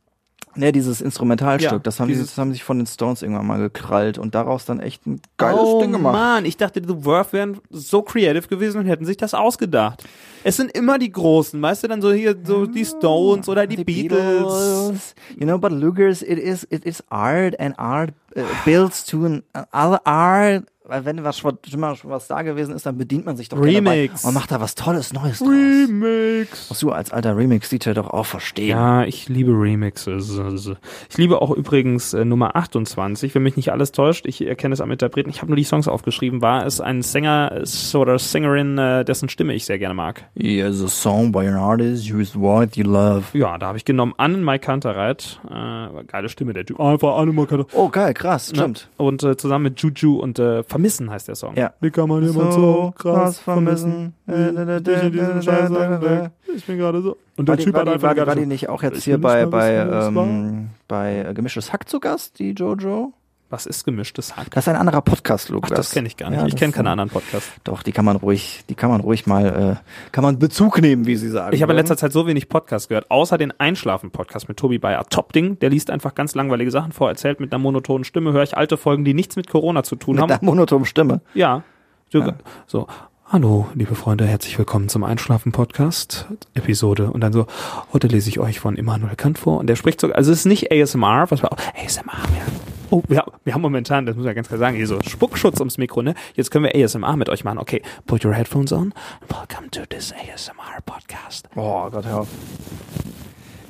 Ne, dieses Instrumentalstück, Ja, das haben dieses- die, das haben sich von den Stones irgendwann mal gekrallt und daraus dann echt ein geiles oh, Ding gemacht. Mann, ich dachte, The Verve wären so creative gewesen und hätten sich das ausgedacht. Es sind immer die Großen, weißt du, dann so hier so die Stones oder die, Beatles. You know, but Luger's, it is, it is art and art äh, builds to an other art. Weil wenn was, schon mal was da gewesen ist, dann bedient man sich doch gerne Remix. dabei und macht da was Tolles Neues draus. Remix. Musst du als alter Remix-Dieter doch auch verstehen. Ja, ich liebe Remixes. Also, Ich liebe auch übrigens äh, Nummer 28, wenn mich nicht alles täuscht. Ich erkenne es am Interpreten. Ich habe nur die Songs aufgeschrieben. War es ein Sänger äh, oder Sängerin, äh, dessen Stimme ich sehr gerne mag. Here's a song by an artist, use what you love. Ja, da habe ich genommen Annen Maikantereit. Äh, geile Stimme, der Typ. Einfach Annen Maikantereit. Oh, geil, krass, stimmt. Und äh, zusammen mit Juju und äh, Vermissen heißt der Song. Ja. Wie kann man jemand so, krass vermissen? Äh, Ich in diesem Scheiß weg. Ich bin gerade so. Und der war, die, Typ war, hat die, war, einfach die, war gerade die so- nicht auch jetzt Ich hier will nicht bei, ähm, mal wissen, bei, wer das ähm, bei äh, Gemischtes Hack zu Gast, die Jojo? Was ist gemischtes Hack? Das ist ein anderer Podcast, Lukas. Ach, das kenne ich gar nicht. Ja, ich das- kenne keinen anderen Podcast. Doch, die kann man ruhig, die kann man ruhig mal, äh, kann man Bezug nehmen, wie sie sagen. ne? Ich habe in würden. letzter Zeit so wenig Podcasts gehört, außer den Einschlafen-Podcast mit Tobi Bayer. Top-Ding, der liest einfach ganz langweilige Sachen vor, erzählt mit einer monotonen Stimme, höre ich alte Folgen, die nichts mit Corona zu tun mit haben. der monotonen Stimme. Ja. Du, So, hallo, liebe Freunde, herzlich willkommen zum Einschlafen-Podcast, Episode. Und dann so, heute lese ich euch von Immanuel Kant vor. Und der spricht so, also es ist nicht ASMR, was wir auch, ASMR, ja. Oh, wir, wir haben momentan, das muss ich ja ganz klar sagen, hier so Spuckschutz ums Mikro, ne? Jetzt können wir ASMR mit euch machen. Okay, put your headphones on. Welcome to this ASMR podcast. Oh Gott, hör auf.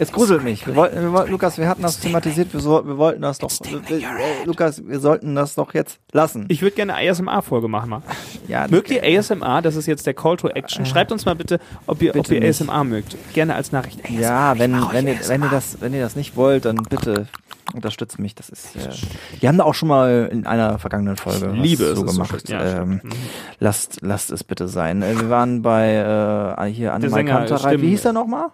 Es gruselt mich. Wir wollten, wir wollten, Lukas, wir hatten das thematisiert, wir, so, wir wollten das doch. Äh, äh, Lukas, wir sollten das doch jetzt lassen. Ich würde gerne eine ASMR-Folge machen mal. Ja, Äh, Mögt ihr ASMR? Das ist jetzt der Call to Action. Schreibt uns mal bitte, ob ihr, ob Bitte ihr nicht. ASMR mögt. Gerne als Nachricht. Ja, wenn, mach euch wenn, ihr, wenn, ihr das, wenn ihr das nicht wollt, dann bitte unterstützt mich. Das ist. Äh, wir haben da auch schon mal in einer vergangenen Folge was liebe es, so es ist so gemacht. schön. Ja, Mhm. ähm, lasst, lasst es bitte sein. Äh, wir waren bei äh, hier Anne Sänger, Kanterei. Wie stimmt. hieß der nochmal?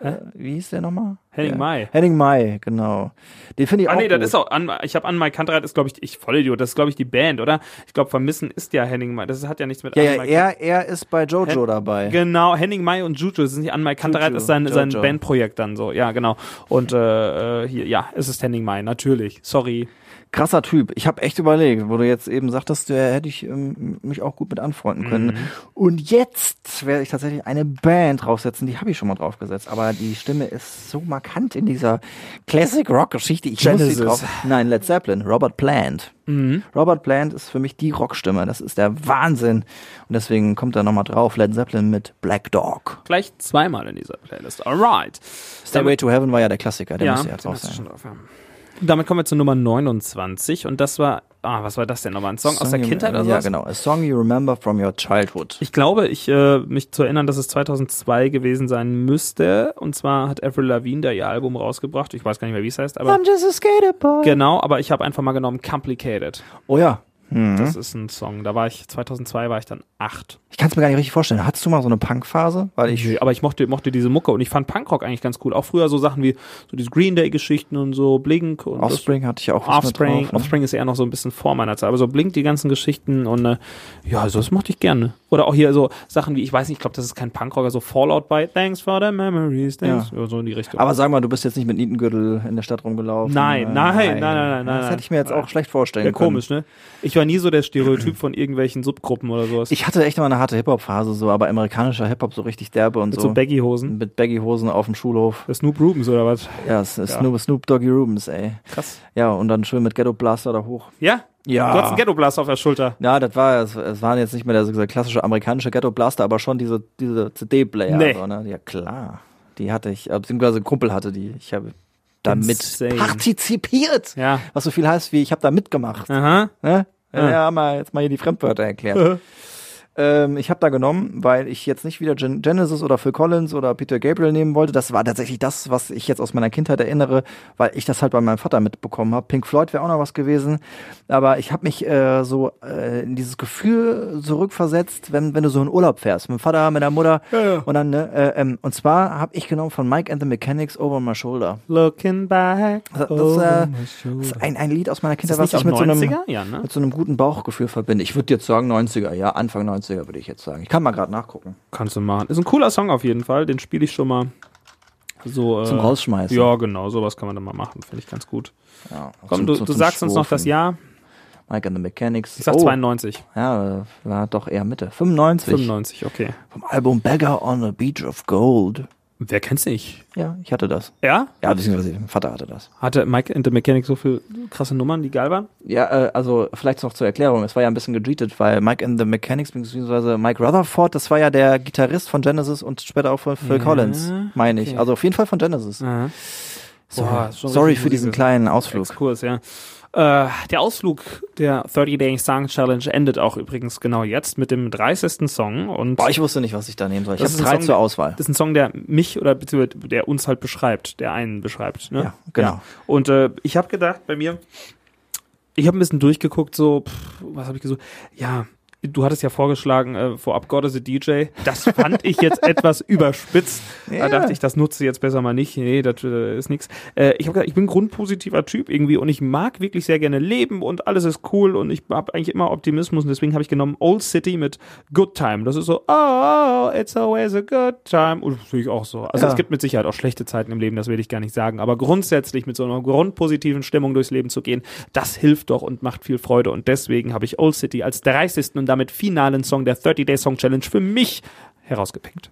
Hä? Äh, wie hieß der nochmal? Henning Ja. Mai. Henning Mai, genau. Den finde ich Ah auch. nee, gut. das ist auch, an, ich habe an Mike Kantreit ist glaube ich, ich Vollidiot, das ist glaube ich die Band, oder? Ich glaube Vermissen ist ja Henning Mai, das hat ja nichts mit Ja, An ja, Mai- er, er ist bei Jojo Hen- dabei. Genau, Henning Mai und Juju, das ist nicht an Mike Kantreit, Juju, das ist sein, sein Jojo. Bandprojekt dann so, ja genau. Und äh, äh, hier, ja, es ist Henning Mai, natürlich, sorry. Krasser Typ. Ich habe echt überlegt, wo du jetzt eben sagtest, der hätte ich ähm, mich auch gut mit anfreunden können. Mhm. Und jetzt werde ich tatsächlich eine Band draufsetzen, die habe ich schon mal draufgesetzt, aber die Stimme ist so markant in dieser Classic Rock Geschichte. Ich muss Genesis. Mhm. sie drauf. Nein, Led Zeppelin, Robert Plant. Robert Plant ist für mich die Rockstimme, das ist der Wahnsinn und deswegen kommt da noch mal drauf Led Zeppelin mit Black Dog. Gleich zweimal in dieser Playlist, alright. Stairway to Heaven war ja der Klassiker, der ja, müsste ja drauf den hast du sein. schon drauf, ja. Damit kommen wir zu Nummer 29 und das war, ah, was war das denn nochmal, ein Song, aus der Song you- Kindheit oder Ja, was? genau. A song you remember from your childhood. Ich glaube, ich äh, mich zu erinnern, dass es 2002 gewesen sein müsste. Und zwar hat Avril Lavigne da ihr Album rausgebracht. Ich weiß gar nicht mehr, wie es heißt, aber just a skater boy. genau. Aber ich habe einfach mal genommen Complicated. Oh ja. Das ist ein Song. Da war ich 2002 war ich dann acht. Ich kann es mir gar nicht richtig vorstellen. Hattest du mal so eine Punk-Phase? Weil ich. Aber ich mochte mochte diese Mucke und ich fand Punkrock eigentlich ganz cool. Auch früher so Sachen wie so diese Green Day Geschichten und so Blink und das- Offspring hatte ich auch. was mit Offspring, drauf, ne? Offspring ist eher noch so ein bisschen vor meiner Zeit, aber so blinkt die ganzen Geschichten und äh, ja, also das mochte ich gerne. Oder auch hier so Sachen wie, ich weiß nicht, ich glaube, das ist kein Punkrocker, so Fallout by Thanks for the Memories, thanks, Ja. oder so in die Richtung. Aber sag mal, du bist jetzt nicht mit Nietengürtel in der Stadt rumgelaufen. Nein, Äh, nein, nein, nein, nein, Das nein. Äh, hätte ich mir jetzt auch schlecht vorstellen ja, können. komisch, ne? Ich war nie so der Stereotyp von irgendwelchen Subgruppen oder sowas. Ich hatte echt mal eine harte Hip-Hop-Phase, so, aber amerikanischer Hip-Hop so richtig derbe und mit so. so Baggy-Hosen. mit Baggy-Hosen auf dem Schulhof. Das Snoop Rubens oder was? Ja, es ist Snoop, Snoop Doggy Rubens, ey. Krass. Ja, und dann schön mit Ghetto Blaster da hoch. Ja? Ja. Du hast einen Ghetto-Blaster auf der Schulter. Ja, das war, es, es waren jetzt nicht mehr der, dieser klassische amerikanische Ghetto Blaster, aber schon diese, diese CD-Player. Nee. So, ne? Ja, klar. Die hatte ich, äh, beziehungsweise ein Kumpel hatte die. Ich habe damit Insane. partizipiert. Ja. Was so viel heißt wie, ich habe da mitgemacht. Aha. Ne? Ja, Ja. mal, jetzt mal hier die Fremdwörter erklärt. ähm, ich habe da genommen, weil ich jetzt nicht wieder Gen Genesis oder Phil Collins oder Peter Gabriel nehmen wollte. Das war tatsächlich das, was ich jetzt aus meiner Kindheit erinnere, weil ich das halt bei meinem Vater mitbekommen habe. Pink Floyd wäre auch noch was gewesen. Aber ich habe mich äh, so äh, in dieses Gefühl zurückversetzt, wenn, wenn du so in Urlaub fährst. Mit dem Vater, mit der Mutter. Und dann, ne, äh, ähm, und zwar habe ich genommen von Mike and the Mechanics Over My Shoulder. Looking back. Das, das, over äh, my das ist shoulder. ein, ein Lied aus meiner Kindheit, das nicht was ich auch mit so einem 90er? Ja, ne? mit so einem guten Bauchgefühl verbinde. Ich würde jetzt sagen 90er, ja, Anfang 90er würde ich jetzt sagen. Ich kann mal gerade nachgucken. Kannst du machen. Ist ein cooler Song auf jeden Fall. Den spiele ich schon mal so. Äh, Zum Rausschmeißen. Ja, genau. Sowas kann man dann mal machen. Finde ich ganz gut. Ja, Komm, zum- du, zum- du zum sagst uns noch das Schwurfen. Oh. Jahr. Mike and the Mechanics. Ich sag 92. Ja, äh, war doch eher Mitte. 95. 95, okay. Vom Album Beggar on a Beach of Gold. Wer kennt's nicht? Ja, ich hatte das. Ja? Ja, beziehungsweise mein Vater hatte das. Hatte Mike and the Mechanic so viel krasse Nummern, die geil waren? Ja, äh, also vielleicht noch zur Erklärung. Es war ja ein bisschen gecheatet, weil Mike and the Mechanics beziehungsweise Mike Rutherford, das war ja der Gitarrist von Genesis und später auch von Phil Ja, Collins, meine ich. okay. Also auf jeden Fall von Genesis. Aha. Sorry, ist schon Sorry richtig für diesen Musik. kleinen Ausflug. Äh, Exkurs, ja. Äh, der Ausflug der 30-Day Song Challenge endet auch übrigens genau jetzt mit dem 30. Song. Und Boah, ich wusste nicht, was ich da nehmen soll. Ich habe Das ist ein drei Song, zur der- Auswahl. Das ist ein Song, der mich oder beziehungsweise der uns halt beschreibt, der einen beschreibt. Ne? Ja, genau. Und äh, ich habe gedacht, bei mir, ich habe ein bisschen durchgeguckt, so, pff, was habe ich gesucht? Ja, du hattest ja vorgeschlagen, äh, vorab God is a DJ. Das fand ich jetzt etwas überspitzt. Ja. Da dachte ich, das nutze ich jetzt besser mal nicht. Nee, das äh, ist nix. Äh, ich habe gesagt, ich bin ein grundpositiver Typ irgendwie und ich mag wirklich sehr gerne leben und alles ist cool und ich habe eigentlich immer Optimismus und deswegen habe ich genommen Old City mit Good Time. Das ist so, oh, it's always a good time. Und das sehe ich auch so. Also Ja. es gibt mit Sicherheit auch schlechte Zeiten im Leben, das will ich gar nicht sagen. Aber grundsätzlich mit so einer grundpositiven Stimmung durchs Leben zu gehen, das hilft doch und macht viel Freude. Und deswegen habe ich Old City als 30. und damit finalen Song der 30-Day Song Challenge für mich herausgepickt.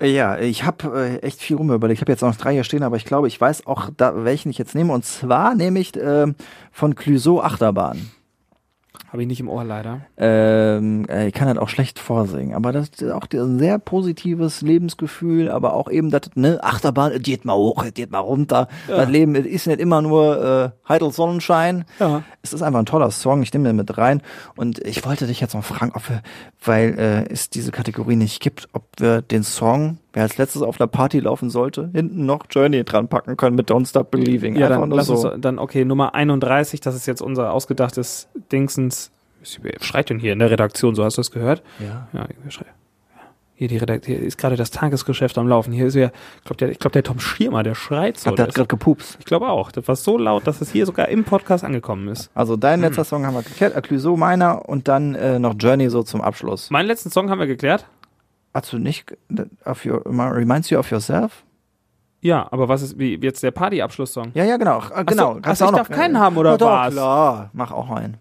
Ja, ich habe äh, echt viel rum überlegt. Ich habe jetzt noch drei hier stehen, aber ich glaube, ich weiß auch, da, welchen ich jetzt nehme. Und zwar nehme ich ähm, von Clouseau Achterbahn. Habe ich nicht im Ohr leider. Ähm, äh, ich kann halt auch schlecht vorsingen, aber das ist auch ein sehr positives Lebensgefühl, aber auch eben das, ne, Achterbahn, es geht mal hoch, es geht mal runter. Das Leben es ist nicht immer nur äh, heitel Sonnenschein. Ja. Es ist einfach ein toller Song, ich nehme den mit rein. Und ich wollte dich jetzt noch fragen, ob wir, weil äh, es diese Kategorie nicht gibt, ob wir den Song, wer als letztes auf einer Party laufen sollte, hinten noch Journey dran packen können mit Don't Stop Believing. Ja, Einfach dann nur lass so. uns dann, okay, Nummer 31, das ist jetzt unser ausgedachtes Dingsens. Schreit denn hier in der Redaktion, so hast du es gehört? Ja. Ja, irgendwie schreit. Hier, die Redakt hier ist gerade das Tagesgeschäft am Laufen. Hier ist ja, ich glaube, der, ich glaub, der Tom Schirmer, der schreit so. Ich glaub, der hat Das- gerade gepupst. Ich glaube auch. Das war so laut, dass es hier sogar im Podcast angekommen ist. Also dein Hm. letzter Song haben wir geklärt, Accluso meiner und dann äh, noch Journey so zum Abschluss. Meinen letzten Song haben wir geklärt. Hast du nicht ge- of your, reminds you of yourself? Ja, aber was ist wie jetzt der Party-Abschlusssong? Ja, ja, genau. Ah, genau. so, Kannst ach so, du auch ich darf keinen haben, oder Na doch, was? Oh. klar. Mach auch einen.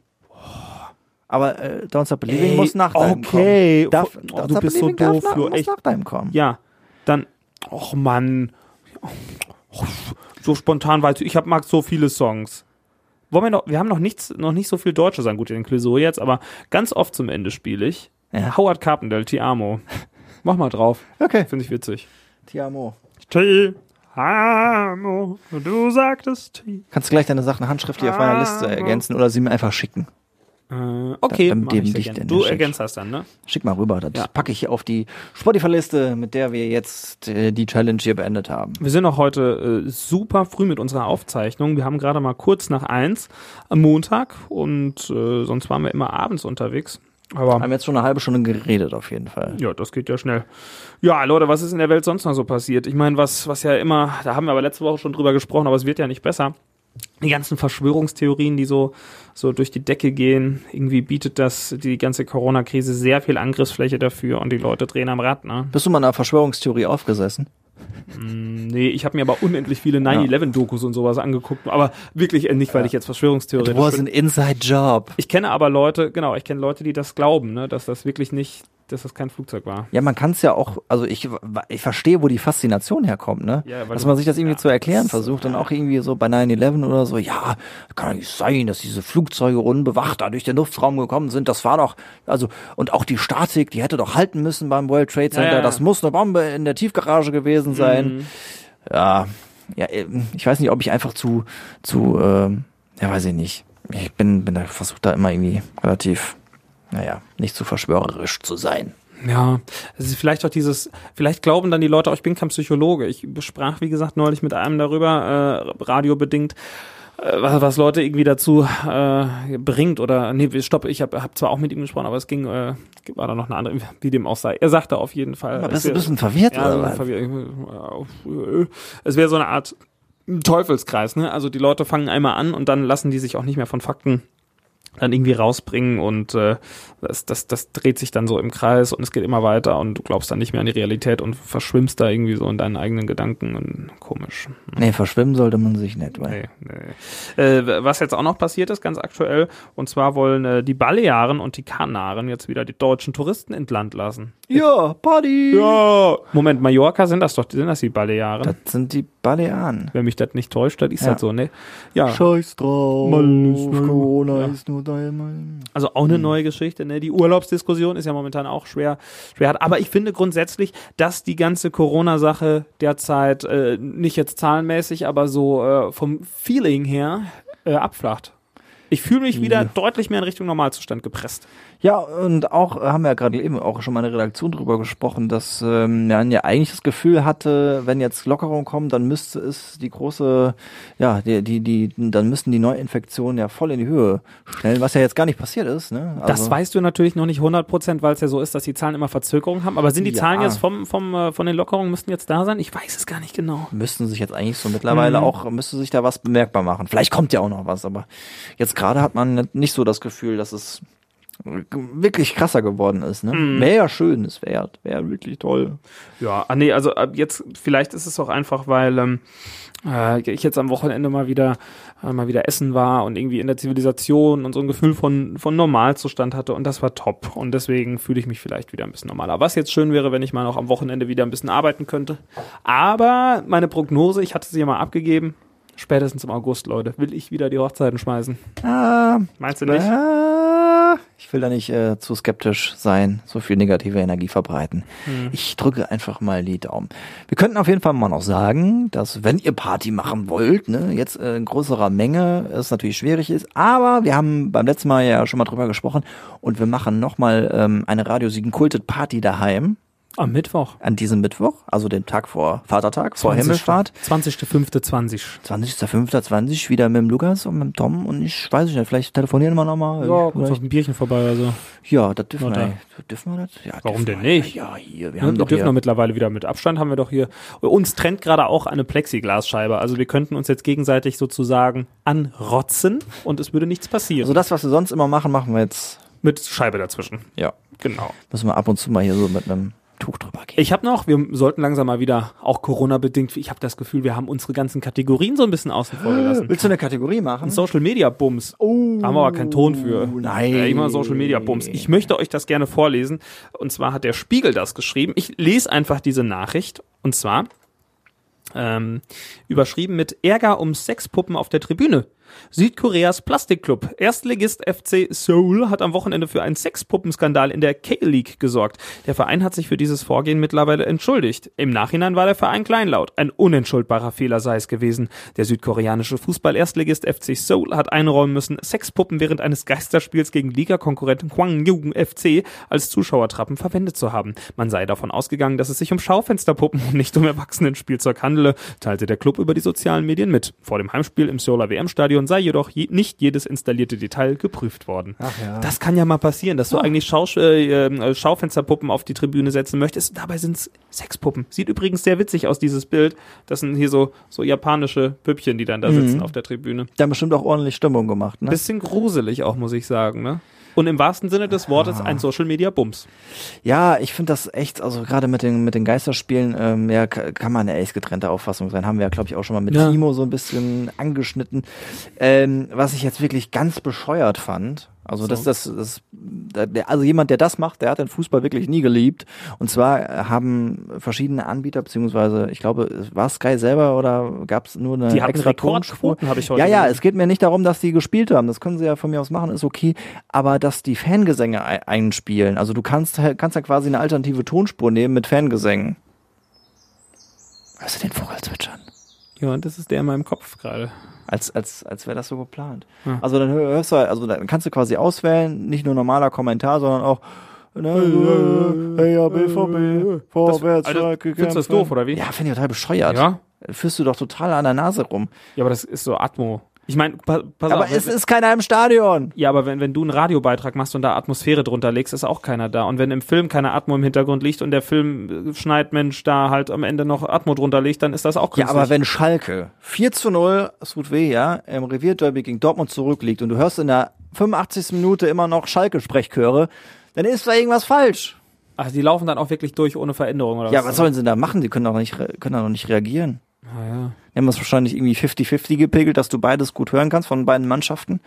Aber äh, Don't Stop Believing Ey, muss nach deinem okay. kommen. Darf, Oh, Don't du Stop bist so Believing darf doof, nach, Flo, muss echt. nach deinem kommen. Ja, dann. Och Mann. So spontan weißt du, ich hab, mag so viele Songs. Wollen wir noch, wir haben noch nichts, noch nicht so viel Deutsche sagen, gut, den Clisor jetzt, aber ganz oft zum Ende spiele ich. Ja. Howard Carpendale, Ti Amo. Mach mal drauf. Okay. Finde ich witzig. Tiamo. Ti Amo, du sagtest Ti. Kannst du gleich deine Sachen handschriftlich auf meiner Liste Ah. ergänzen oder sie mir einfach schicken. Äh, okay, Dann- dann mach geben ich dir dich gerne. denn du der Schick. ergänzt das dann, ne? Schick mal rüber. Das Ja. packe ich hier auf die Spotify-Liste, mit der wir jetzt äh, die Challenge hier beendet haben. Wir sind auch heute äh, super früh mit unserer Aufzeichnung. Wir haben gerade mal kurz nach eins am Montag und äh, sonst waren wir immer abends unterwegs. Aber Haben jetzt schon eine halbe Stunde geredet auf jeden Fall. ja, das geht ja schnell. Ja, Leute, was ist in der Welt sonst noch so passiert? Ich meine, was, was ja immer, da haben wir aber letzte Woche schon drüber gesprochen, aber es wird ja nicht besser. Die ganzen Verschwörungstheorien, die so, so durch die Decke gehen, irgendwie bietet das die ganze Corona-Krise sehr viel Angriffsfläche dafür und die Leute drehen am Rad, ne? Bist du mal einer Verschwörungstheorie aufgesessen? Nee, ich habe mir aber unendlich viele 9-11-Dokus und sowas angeguckt, aber wirklich äh, nicht, weil ich jetzt Verschwörungstheoretisch bin. inside job. Ich kenne aber Leute, genau, ich kenne Leute, die das glauben, ne, dass das wirklich nicht, dass das kein Flugzeug war. Ja, man kann es ja auch, also ich, ich verstehe, wo die Faszination herkommt, ne? Ja, weil Dass du- man sich das irgendwie ja, zu erklären das- versucht und auch irgendwie so bei 9-11 oder so, ja, kann doch nicht sein, dass diese Flugzeuge unbewacht da durch den Luftraum gekommen sind. Das war doch, also, und auch die Statik, die hätte doch halten müssen beim World Trade Center. Ja, Mhm. ja. Das muss eine Bombe in der Tiefgarage gewesen sein. Ja, ja, ähm, ich weiß nicht, ob ich einfach zu, zu, ähm, ja, weiß ich nicht. Ich bin, bin da, versuche da immer irgendwie relativ, naja, nicht zu verschwörerisch zu sein. Ja, es ist vielleicht auch dieses, vielleicht glauben dann die Leute auch, ich bin kein Psychologe. Ich sprach, wie gesagt, neulich mit einem darüber, äh, radiobedingt, äh, was, was Leute irgendwie dazu äh, bringt oder, nee, stopp, ich habe hab zwar auch mit ihm gesprochen, aber es ging, äh, war da noch eine andere, wie dem auch sei. Er sagte auf jeden Fall. Aber es bist du ein wär- bisschen verwirrt, Ja, also oder was? so verwir- äh, äh, es wäre so eine Art Teufelskreis, ne? Also die Leute fangen einmal an und dann lassen die sich auch nicht mehr von Fakten dann irgendwie rausbringen und äh, das, das, das dreht sich dann so im Kreis und es geht immer weiter und du glaubst dann nicht mehr an die Realität und verschwimmst da irgendwie so in deinen eigenen Gedanken und komisch. Nee, verschwimmen sollte man sich nicht, weil. Nee, nee. Äh, was jetzt auch noch passiert ist, ganz aktuell, und zwar wollen äh, die Balearen und die Kanaren jetzt wieder die deutschen Touristen ins Land lassen. Ja, Party! Ja. Moment, Mallorca sind das doch, sind das die Balearen? Das sind die Balearen. Wenn mich das nicht täuscht, dann ist Ja. das so, ne? Ja, Scheiß drauf. Corona Ja. ist nur da immer. also auch eine neue Geschichte, ne? Die Urlaubsdiskussion ist ja momentan auch schwer, schwer hart. Aber ich finde grundsätzlich, dass die ganze Corona-Sache derzeit äh, nicht jetzt zahlenmäßig, aber so äh, vom Feeling her äh, abflacht. Ich fühle mich wieder deutlich mehr in Richtung Normalzustand gepresst. Ja, und auch äh, haben wir ja gerade eben auch schon mal in der Redaktion drüber gesprochen, dass ähm, man ja eigentlich das Gefühl hatte, wenn jetzt Lockerungen kommen, dann müsste es die große, ja, die, die, die, dann müssten die Neuinfektionen ja voll in die Höhe schnellen, was ja jetzt gar nicht passiert ist. Ne? Also, Das weißt du natürlich noch nicht 100 Prozent, weil es ja so ist, dass die Zahlen immer Verzögerungen haben. Aber sind die Ja. Zahlen jetzt vom, vom, äh, von den Lockerungen, müssten jetzt da sein? Ich weiß es gar nicht genau. müssten sich jetzt eigentlich so mittlerweile auch, müsste sich da was bemerkbar machen. Vielleicht kommt ja auch noch was, aber jetzt gerade hat man nicht so das Gefühl, dass es wirklich krasser geworden ist. Ne? Wäre ja schön, es wäre wär wirklich toll. Ja, ah, nee, also ab jetzt, vielleicht ist es auch einfach, weil ähm, äh, ich jetzt am Wochenende mal wieder äh, mal wieder essen war und irgendwie in der Zivilisation und so ein Gefühl von, von Normalzustand hatte und das war top. Und deswegen fühle ich mich vielleicht wieder ein bisschen normaler. Was jetzt schön wäre, wenn ich mal noch am Wochenende wieder ein bisschen arbeiten könnte. Aber meine Prognose, ich hatte sie ja mal abgegeben, spätestens im August, Leute, will ich wieder die Hochzeiten schmeißen. Ah, Meinst du nicht? Ah, ich will da nicht äh, zu skeptisch sein, so viel negative Energie verbreiten. Hm. Ich drücke einfach mal die Daumen. Wir könnten auf jeden Fall mal noch sagen, dass wenn ihr Party machen wollt, ne, jetzt äh, in größerer Menge, es natürlich schwierig ist, aber wir haben beim letzten Mal ja schon mal drüber gesprochen und wir machen nochmal ähm, eine Radio Siegen Kultet Party daheim Am Mittwoch. an diesem Mittwoch, also dem Tag vor Vatertag, vor Himmelfahrt. 20.05.20. 20.05.20 wieder mit dem Lukas und mit dem Tom und ich weiß ich nicht, vielleicht telefonieren wir nochmal. Ja, kommt auf ein Bierchen vorbei oder so. Ja, das dürfen Na wir. dann. ey. Dürfen wir das? Ja, Warum denn dürfen wir. nicht? Ja, hier, wir Wir, haben wir doch dürfen hier. doch mittlerweile wieder mit Abstand haben wir doch hier. Uns trennt gerade auch eine Plexiglasscheibe. Also wir könnten uns jetzt gegenseitig sozusagen anrotzen und es würde nichts passieren. Also das, was wir sonst immer machen, machen wir jetzt. mit Scheibe dazwischen. Ja. Genau. Müssen wir ab und zu mal hier so mit einem Tuch drüber gehen. Ich habe noch, wir sollten langsam mal wieder, auch Corona bedingt, ich habe das Gefühl, wir haben unsere ganzen Kategorien so ein bisschen außen vor gelassen. Willst du eine Kategorie machen? Social Media Bums. Oh, haben wir aber keinen Ton für. nein. Ja, immer Social Media Bums. Ich möchte euch das gerne vorlesen. Und zwar hat der Spiegel das geschrieben. Ich lese einfach diese Nachricht. Und zwar ähm, überschrieben mit Ärger um Sexpuppen auf der Tribüne. Südkoreas Plastikclub. Erstligist FC Seoul hat am Wochenende für einen Sexpuppenskandal in der K-League gesorgt. Der Verein hat sich für dieses Vorgehen mittlerweile entschuldigt. Im Nachhinein war der Verein kleinlaut. Ein unentschuldbarer Fehler sei es gewesen. Der südkoreanische Fußball-Erstligist FC Seoul hat einräumen müssen, Sexpuppen während eines Geisterspiels gegen Ligakonkurrenten Hwangju FC als Zuschauertrappen verwendet zu haben. Man sei davon ausgegangen, dass es sich um Schaufensterpuppen und nicht um Erwachsenenspielzeug handele, teilte der Club über die sozialen Medien mit. Vor dem Heimspiel im Seoler WM-Stadion sei jedoch je nicht jedes installierte Detail geprüft worden. Das kann ja mal passieren, dass du eigentlich Schausch äh, äh, Schaufensterpuppen auf die Tribüne setzen möchtest. Dabei sind es Sexpuppen. Sieht übrigens sehr witzig aus, dieses Bild. Das sind hier so, so japanische Püppchen, die dann da sitzen auf der Tribüne. Die haben bestimmt auch ordentlich Stimmung gemacht, ne? Mhm. Bisschen gruselig auch, muss ich sagen. Ne? Ah. Und im wahrsten Sinne des Wortes ein Social-Media-Bums. Ja, ich finde das echt, also gerade mit den, mit den Geisterspielen, ähm, ja, ka- kann man ja echt getrennte Auffassung sein. Haben wir ja, glaube ich, auch schon mal mit Ja. Timo so ein bisschen angeschnitten. Ähm, was ich jetzt wirklich ganz bescheuert fand, also das, das, das, da- der, also jemand, der das macht, der hat den Fußball wirklich nie geliebt. Und zwar äh, haben verschiedene Anbieter, beziehungsweise, ich glaube, war Sky selber oder gab es nur eine Die haben Äh, extra Rekordquoten, Tonspur? habe ich heute Ja, ja, gelesen. es geht mir nicht darum, dass die gespielt haben. Das können sie ja von mir aus machen, ist okay. Aber dass die Fangesänge ei- einspielen. Also du kannst, halt- kannst ja quasi eine alternative Tonspur nehmen mit Fangesängen. Hörst du den Vogel zwitschern? Ja, und das ist der in meinem Kopf gerade. Als, als, als wäre das so geplant. Also dann hör- hörst du halt, also dann kannst du quasi auswählen, nicht nur normaler Kommentar, sondern auch ne, äh, äh, ja, BVB, vorwärts, Alter, Schalke, findest du das kämpfen. doof, oder wie? Ja, finde ich total bescheuert. Ja? Führst du doch total an der Nase rum. Ja, aber das ist so Atmo. Ich meine, pa pass Aber auf. es wenn- ist keiner im Stadion. ja, aber wenn, wenn du einen Radiobeitrag machst und da Atmosphäre drunter legst, ist auch keiner da. Und wenn im Film keine Atmo im Hintergrund liegt und der Film äh, Schneidmensch da halt am Ende noch Atmo drunter legt, dann ist das auch Ja, künstlich. aber wenn Schalke 4 zu 0, es tut weh, ja, im Revierderby gegen Dortmund zurückliegt und du hörst in der 85. Minute immer noch Schalke-Sprechchöre, dann ist da irgendwas falsch. Ach, Also die laufen dann auch wirklich durch ohne Veränderung, oder Ja, was? was sollen sie da machen? Die können doch nicht, re- können doch nicht reagieren. Ah, ja. Die haben das wahrscheinlich irgendwie 50-50 gepegelt, dass du beides gut hören kannst von beiden Mannschaften.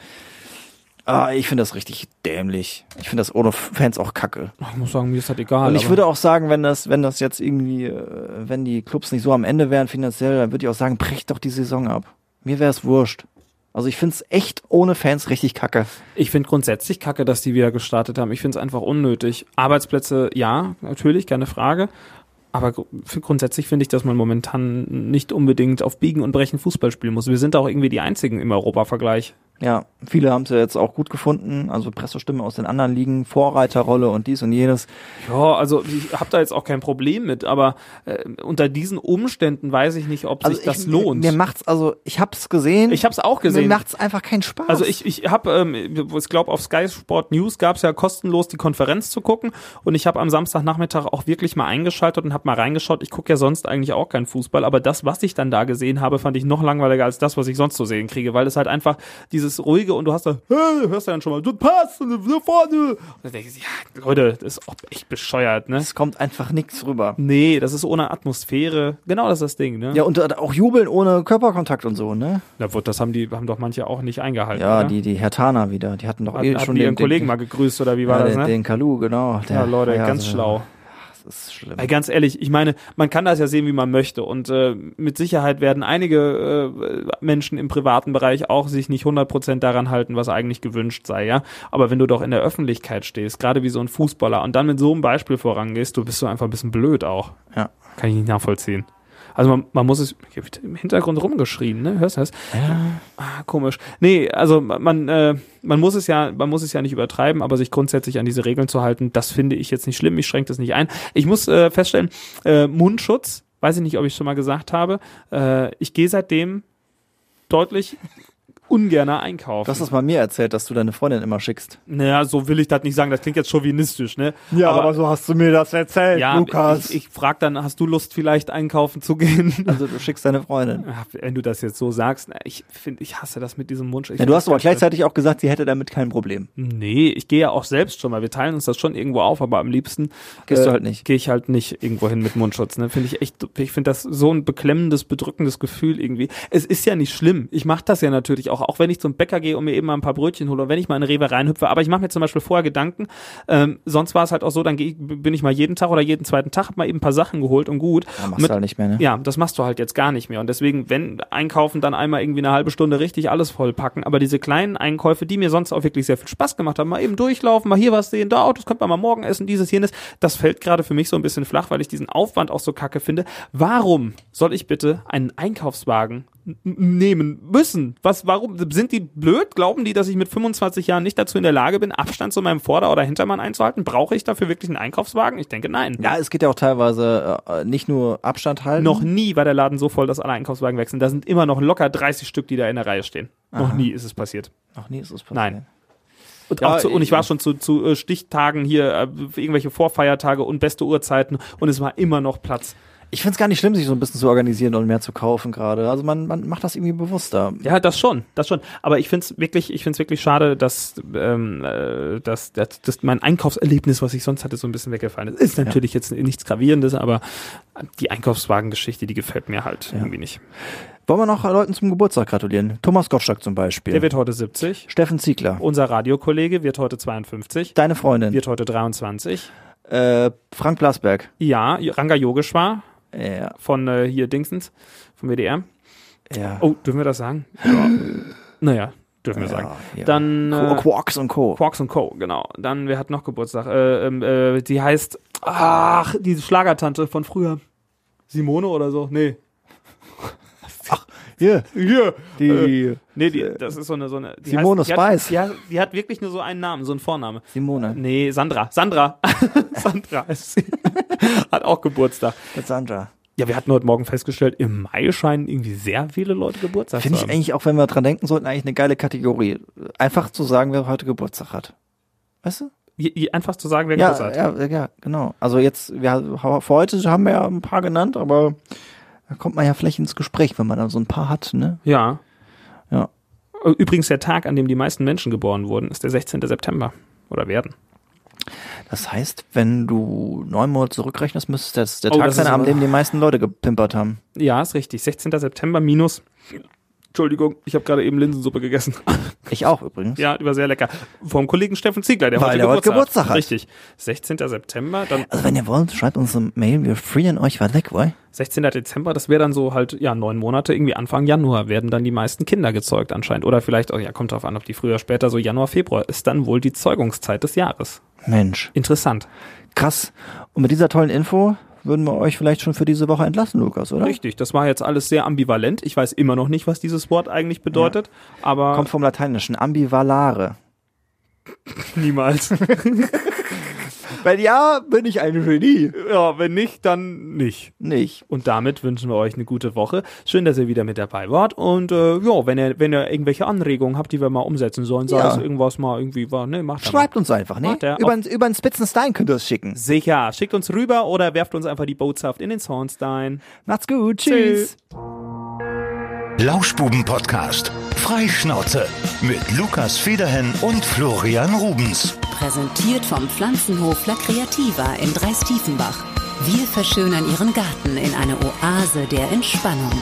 Ah, ich finde das richtig dämlich. Ich finde das ohne Fans auch kacke. Ach, Ich muss sagen, mir ist das egal. Und ich aber- würde auch sagen, wenn das, wenn das jetzt irgendwie, äh, wenn die Clubs nicht so am Ende wären finanziell, dann würde ich auch sagen, brecht doch die Saison ab. Mir wäre es wurscht. Also ich finde es echt ohne Fans richtig kacke. Ich finde grundsätzlich kacke, dass die wieder gestartet haben. Ich finde es einfach unnötig. Arbeitsplätze, ja, natürlich, keine Frage. Aber gru- f- grundsätzlich finde ich, dass man momentan nicht unbedingt auf Biegen und Brechen Fußball spielen muss. Wir sind da auch irgendwie die Einzigen im Europa-Vergleich. Ja, viele haben es ja jetzt auch gut gefunden. Also Pressestimmen aus den anderen Ligen, Vorreiterrolle und dies und jenes. Ja, also ich habe da jetzt auch kein Problem mit, aber äh, unter diesen Umständen weiß ich nicht, ob Also sich das ich, lohnt. Mir macht's also, ich hab's gesehen. ich habe es auch Mir gesehen. macht's einfach keinen Spaß. Also ich, ich habe, ähm, ich glaube, auf Sky Sport News gab es ja kostenlos die Konferenz zu gucken und ich habe am Samstagnachmittag auch wirklich mal eingeschaltet und habe mal reingeschaut. Ich gucke ja sonst eigentlich auch keinen Fußball, aber das, was ich dann da gesehen habe, fand ich noch langweiliger als das, was ich sonst zu sehen kriege, weil es halt einfach dieses ruhige und du hast da, hä, hörst du dann schon mal, du passt und du vorne. Und dann denke ich, ja, Leute, das ist auch echt bescheuert, ne? es kommt einfach nichts rüber. Nee, das ist ohne Atmosphäre. Genau das ist das Ding, ne? Ja, und äh, auch jubeln ohne Körperkontakt und so, ne? Na, wo- das haben die, haben doch manche auch nicht eingehalten. Ja, ne? die, die Hertaner wieder, die hatten doch Hat, eh hatten schon die ihren den, Kollegen den, mal gegrüßt oder wie war ja, das, den, ne? den Kalu, genau. Der, Ja, Leute, ja, ganz so, schlau. Das ist schlimm. Ey, ganz ehrlich, ich meine, man kann das ja sehen, wie man möchte. Und äh, mit Sicherheit werden einige äh, Menschen im privaten Bereich auch sich nicht 100% daran halten, was eigentlich gewünscht sei, ja. Aber wenn du doch in der Öffentlichkeit stehst, gerade wie so ein Fußballer, und dann mit so einem Beispiel vorangehst, du bist so einfach ein bisschen blöd auch. Ja. Kann ich nicht nachvollziehen. Also man, man muss es hier wird im Hintergrund rumgeschrien, ne? Hörst du das? Ja. Ah, komisch. Nee, also man, äh, man muss es ja, man muss es ja nicht übertreiben, aber sich grundsätzlich an diese Regeln zu halten, das finde ich jetzt nicht schlimm. Ich schränke das nicht ein. Ich muss äh, feststellen, äh, Mundschutz, weiß ich nicht, ob ich schon mal gesagt habe. Äh, ich gehe seitdem deutlich ungerner einkaufen. Du hast das mal mir erzählt, dass du deine Freundin immer schickst. naja, so will ich das nicht sagen. Das klingt jetzt chauvinistisch, ne? so hast du mir das erzählt, ja, ich, ich frage dann, hast du Lust, vielleicht einkaufen zu gehen? also du schickst deine Freundin. Ach, Wenn du das jetzt so sagst, na, ich finde, ich hasse das mit diesem Mundschutz. Ich Ja, find du das hast aber ganz schlimm. gleichzeitig auch gesagt, sie hätte damit kein Problem. Nee, ich gehe ja auch selbst schon mal. Wir teilen uns das schon irgendwo auf, aber am liebsten Gehst du halt nicht. Gehe ich halt nicht irgendwo hin mit Mundschutz. Ne? Finde ich echt, ich finde das so ein beklemmendes, bedrückendes Gefühl irgendwie. Es ist ja nicht schlimm. Ich mache das ja natürlich auch, auch wenn ich zum Bäcker gehe und mir eben mal ein paar Brötchen hole und wenn ich mal in eine Rewe reinhüpfe. Aber ich mache mir zum Beispiel vorher Gedanken. Ähm, sonst war es halt auch so, dann geh, ich- bin ich mal jeden Tag oder jeden zweiten Tag hab mal eben ein paar Sachen geholt und gut. Ja, machst Mit- du halt nicht mehr, ne? ja, das machst du halt jetzt gar nicht mehr. Und deswegen, wenn einkaufen, dann einmal irgendwie eine halbe Stunde richtig alles vollpacken. Aber diese kleinen Einkäufe, die mir sonst auch wirklich sehr viel Spaß gemacht haben, mal eben durchlaufen, mal hier was sehen, da, oh, das könnte man mal morgen essen, dieses, jenes, das fällt gerade für mich so ein bisschen flach, weil ich diesen Aufwand auch so kacke finde. Warum soll ich bitte einen Einkaufswagen n- nehmen müssen? Was, warum? Sind die blöd? Glauben die, dass ich mit 25 Jahren nicht dazu in der Lage bin, Abstand zu meinem Vorder- oder Hintermann einzuhalten? Brauche ich dafür wirklich einen Einkaufswagen? Ich denke, nein. Ja, es geht ja auch teilweise äh, nicht nur Abstand halten. Noch nie war der Laden so voll, dass alle Einkaufswagen wechseln. Da sind immer noch locker 30 Stück, die da in der Reihe stehen. Noch nie ist es passiert. Noch nie ist es passiert. Nein. Und, Auch zu, und ich war schon zu, zu äh, Stichtagen hier, äh, irgendwelche Vorfeiertage und beste Uhrzeiten und es war immer noch Platz. Ich finde es gar nicht schlimm, sich so ein bisschen zu organisieren und mehr zu kaufen gerade. Also man, man macht das irgendwie bewusster. Ja, das schon, das schon. Aber ich find's wirklich, ich find's wirklich schade, dass, ähm, äh, dass, dass, dass mein Einkaufserlebnis, was ich sonst hatte, so ein bisschen weggefallen ist. Ist natürlich jetzt nichts Gravierendes, aber die Einkaufswagengeschichte, die gefällt mir halt irgendwie nicht. Wollen wir noch Leuten zum Geburtstag gratulieren? Thomas Gottschalk zum Beispiel. Der wird Oh. heute 70. Steffen Ziegler. Unser Radiokollege wird heute 52. Deine Freundin. wird heute 23. Äh, Frank Blasberg. Ja, Ranga Yogeshwar Ja, von äh, hier Dingsens, vom WDR. ja. Oh, dürfen wir das sagen? Ja. naja, dürfen wir sagen. ja. Dann Qu- äh, Quarks und Co. Quarks und Co., genau. Dann, wer hat noch Geburtstag? Äh, ähm, äh, die heißt, ach, diese Schlagertante von früher. Simone oder so? Nee. Hier, Yeah. die. Äh, Nee, die, das ist so eine, so eine. Die Simone heißt, die hat- Spice. Die hat, die hat wirklich nur so einen Namen, so einen Vorname. Simone. Nee, Sandra. Sandra. Sandra ist sie. Hat auch Geburtstag. Mit Sandra. Ja, wir hatten heute Morgen festgestellt, im Mai scheinen irgendwie sehr viele Leute Geburtstag Finde zu ich haben. eigentlich, auch wenn wir dran denken sollten, eigentlich eine geile Kategorie. Einfach zu sagen, wer heute Geburtstag hat. Weißt du? Je- je- Einfach zu sagen, wer Ja, Geburtstag hat. ja, ja, genau. Also jetzt, wir, ha- für heute haben wir ja ein paar genannt, aber da kommt man ja vielleicht ins Gespräch, wenn man da so ein paar hat, ne? Ja. Ja. Übrigens, der Tag, an dem die meisten Menschen geboren wurden, ist der 16. September. Oder werden. Das heißt, wenn du neun Monate zurückrechnest, müsste das der Oh, Tag das sein, ist an aber- dem die meisten Leute gepimpert haben. Ja, ist richtig. 16. September minus. Entschuldigung, ich habe gerade eben Linsensuppe gegessen. Ich auch übrigens. Ja, die war sehr lecker. Vom Kollegen Steffen Ziegler, der, Weil heute, der heute Geburtstag Geburtstag hat. Richtig. 16. September, dann Also wenn ihr wollt, schreibt uns eine Mail, wir freeen euch weit weg, weil 16. Dezember, das wäre dann so halt, ja, neun Monate, irgendwie Anfang Januar werden dann die meisten Kinder gezeugt anscheinend. Oder vielleicht, auch, ja, kommt drauf an, ob die früher, später, so Januar, Februar ist dann wohl die Zeugungszeit des Jahres. Mensch, Interessant. krass. Und mit dieser tollen Info würden wir euch vielleicht schon für diese Woche entlassen, Lukas, oder? Richtig, das war jetzt alles sehr ambivalent. Ich weiß immer noch nicht, was dieses Wort eigentlich bedeutet, aber Kommt vom Lateinischen, ambivalare. niemals. Wenn ja, bin ich ein Genie. ja, wenn nicht, dann nicht. Nicht. Und damit wünschen wir euch eine gute Woche. Schön, dass ihr wieder mit dabei wart. Und äh, ja, wenn ihr, wenn ihr irgendwelche Anregungen habt, die wir mal umsetzen sollen, sei Ja. es irgendwas mal irgendwie war, ne, macht da mal. Schreibt uns einfach, ne? Macht er. Über, über einen Spitzenstein könnt ihr es schicken. Sicher, schickt uns rüber oder werft uns einfach die Botschaft in den Zornstein. Macht's gut. Tschüss. Tschüss. Lauschbuben-Podcast. Freischnauze. Mit Lukas Federhen und Florian Rubens. Präsentiert vom Pflanzenhof La Creativa in Dreistiefenbach. Wir verschönern Ihren Garten in eine Oase der Entspannung.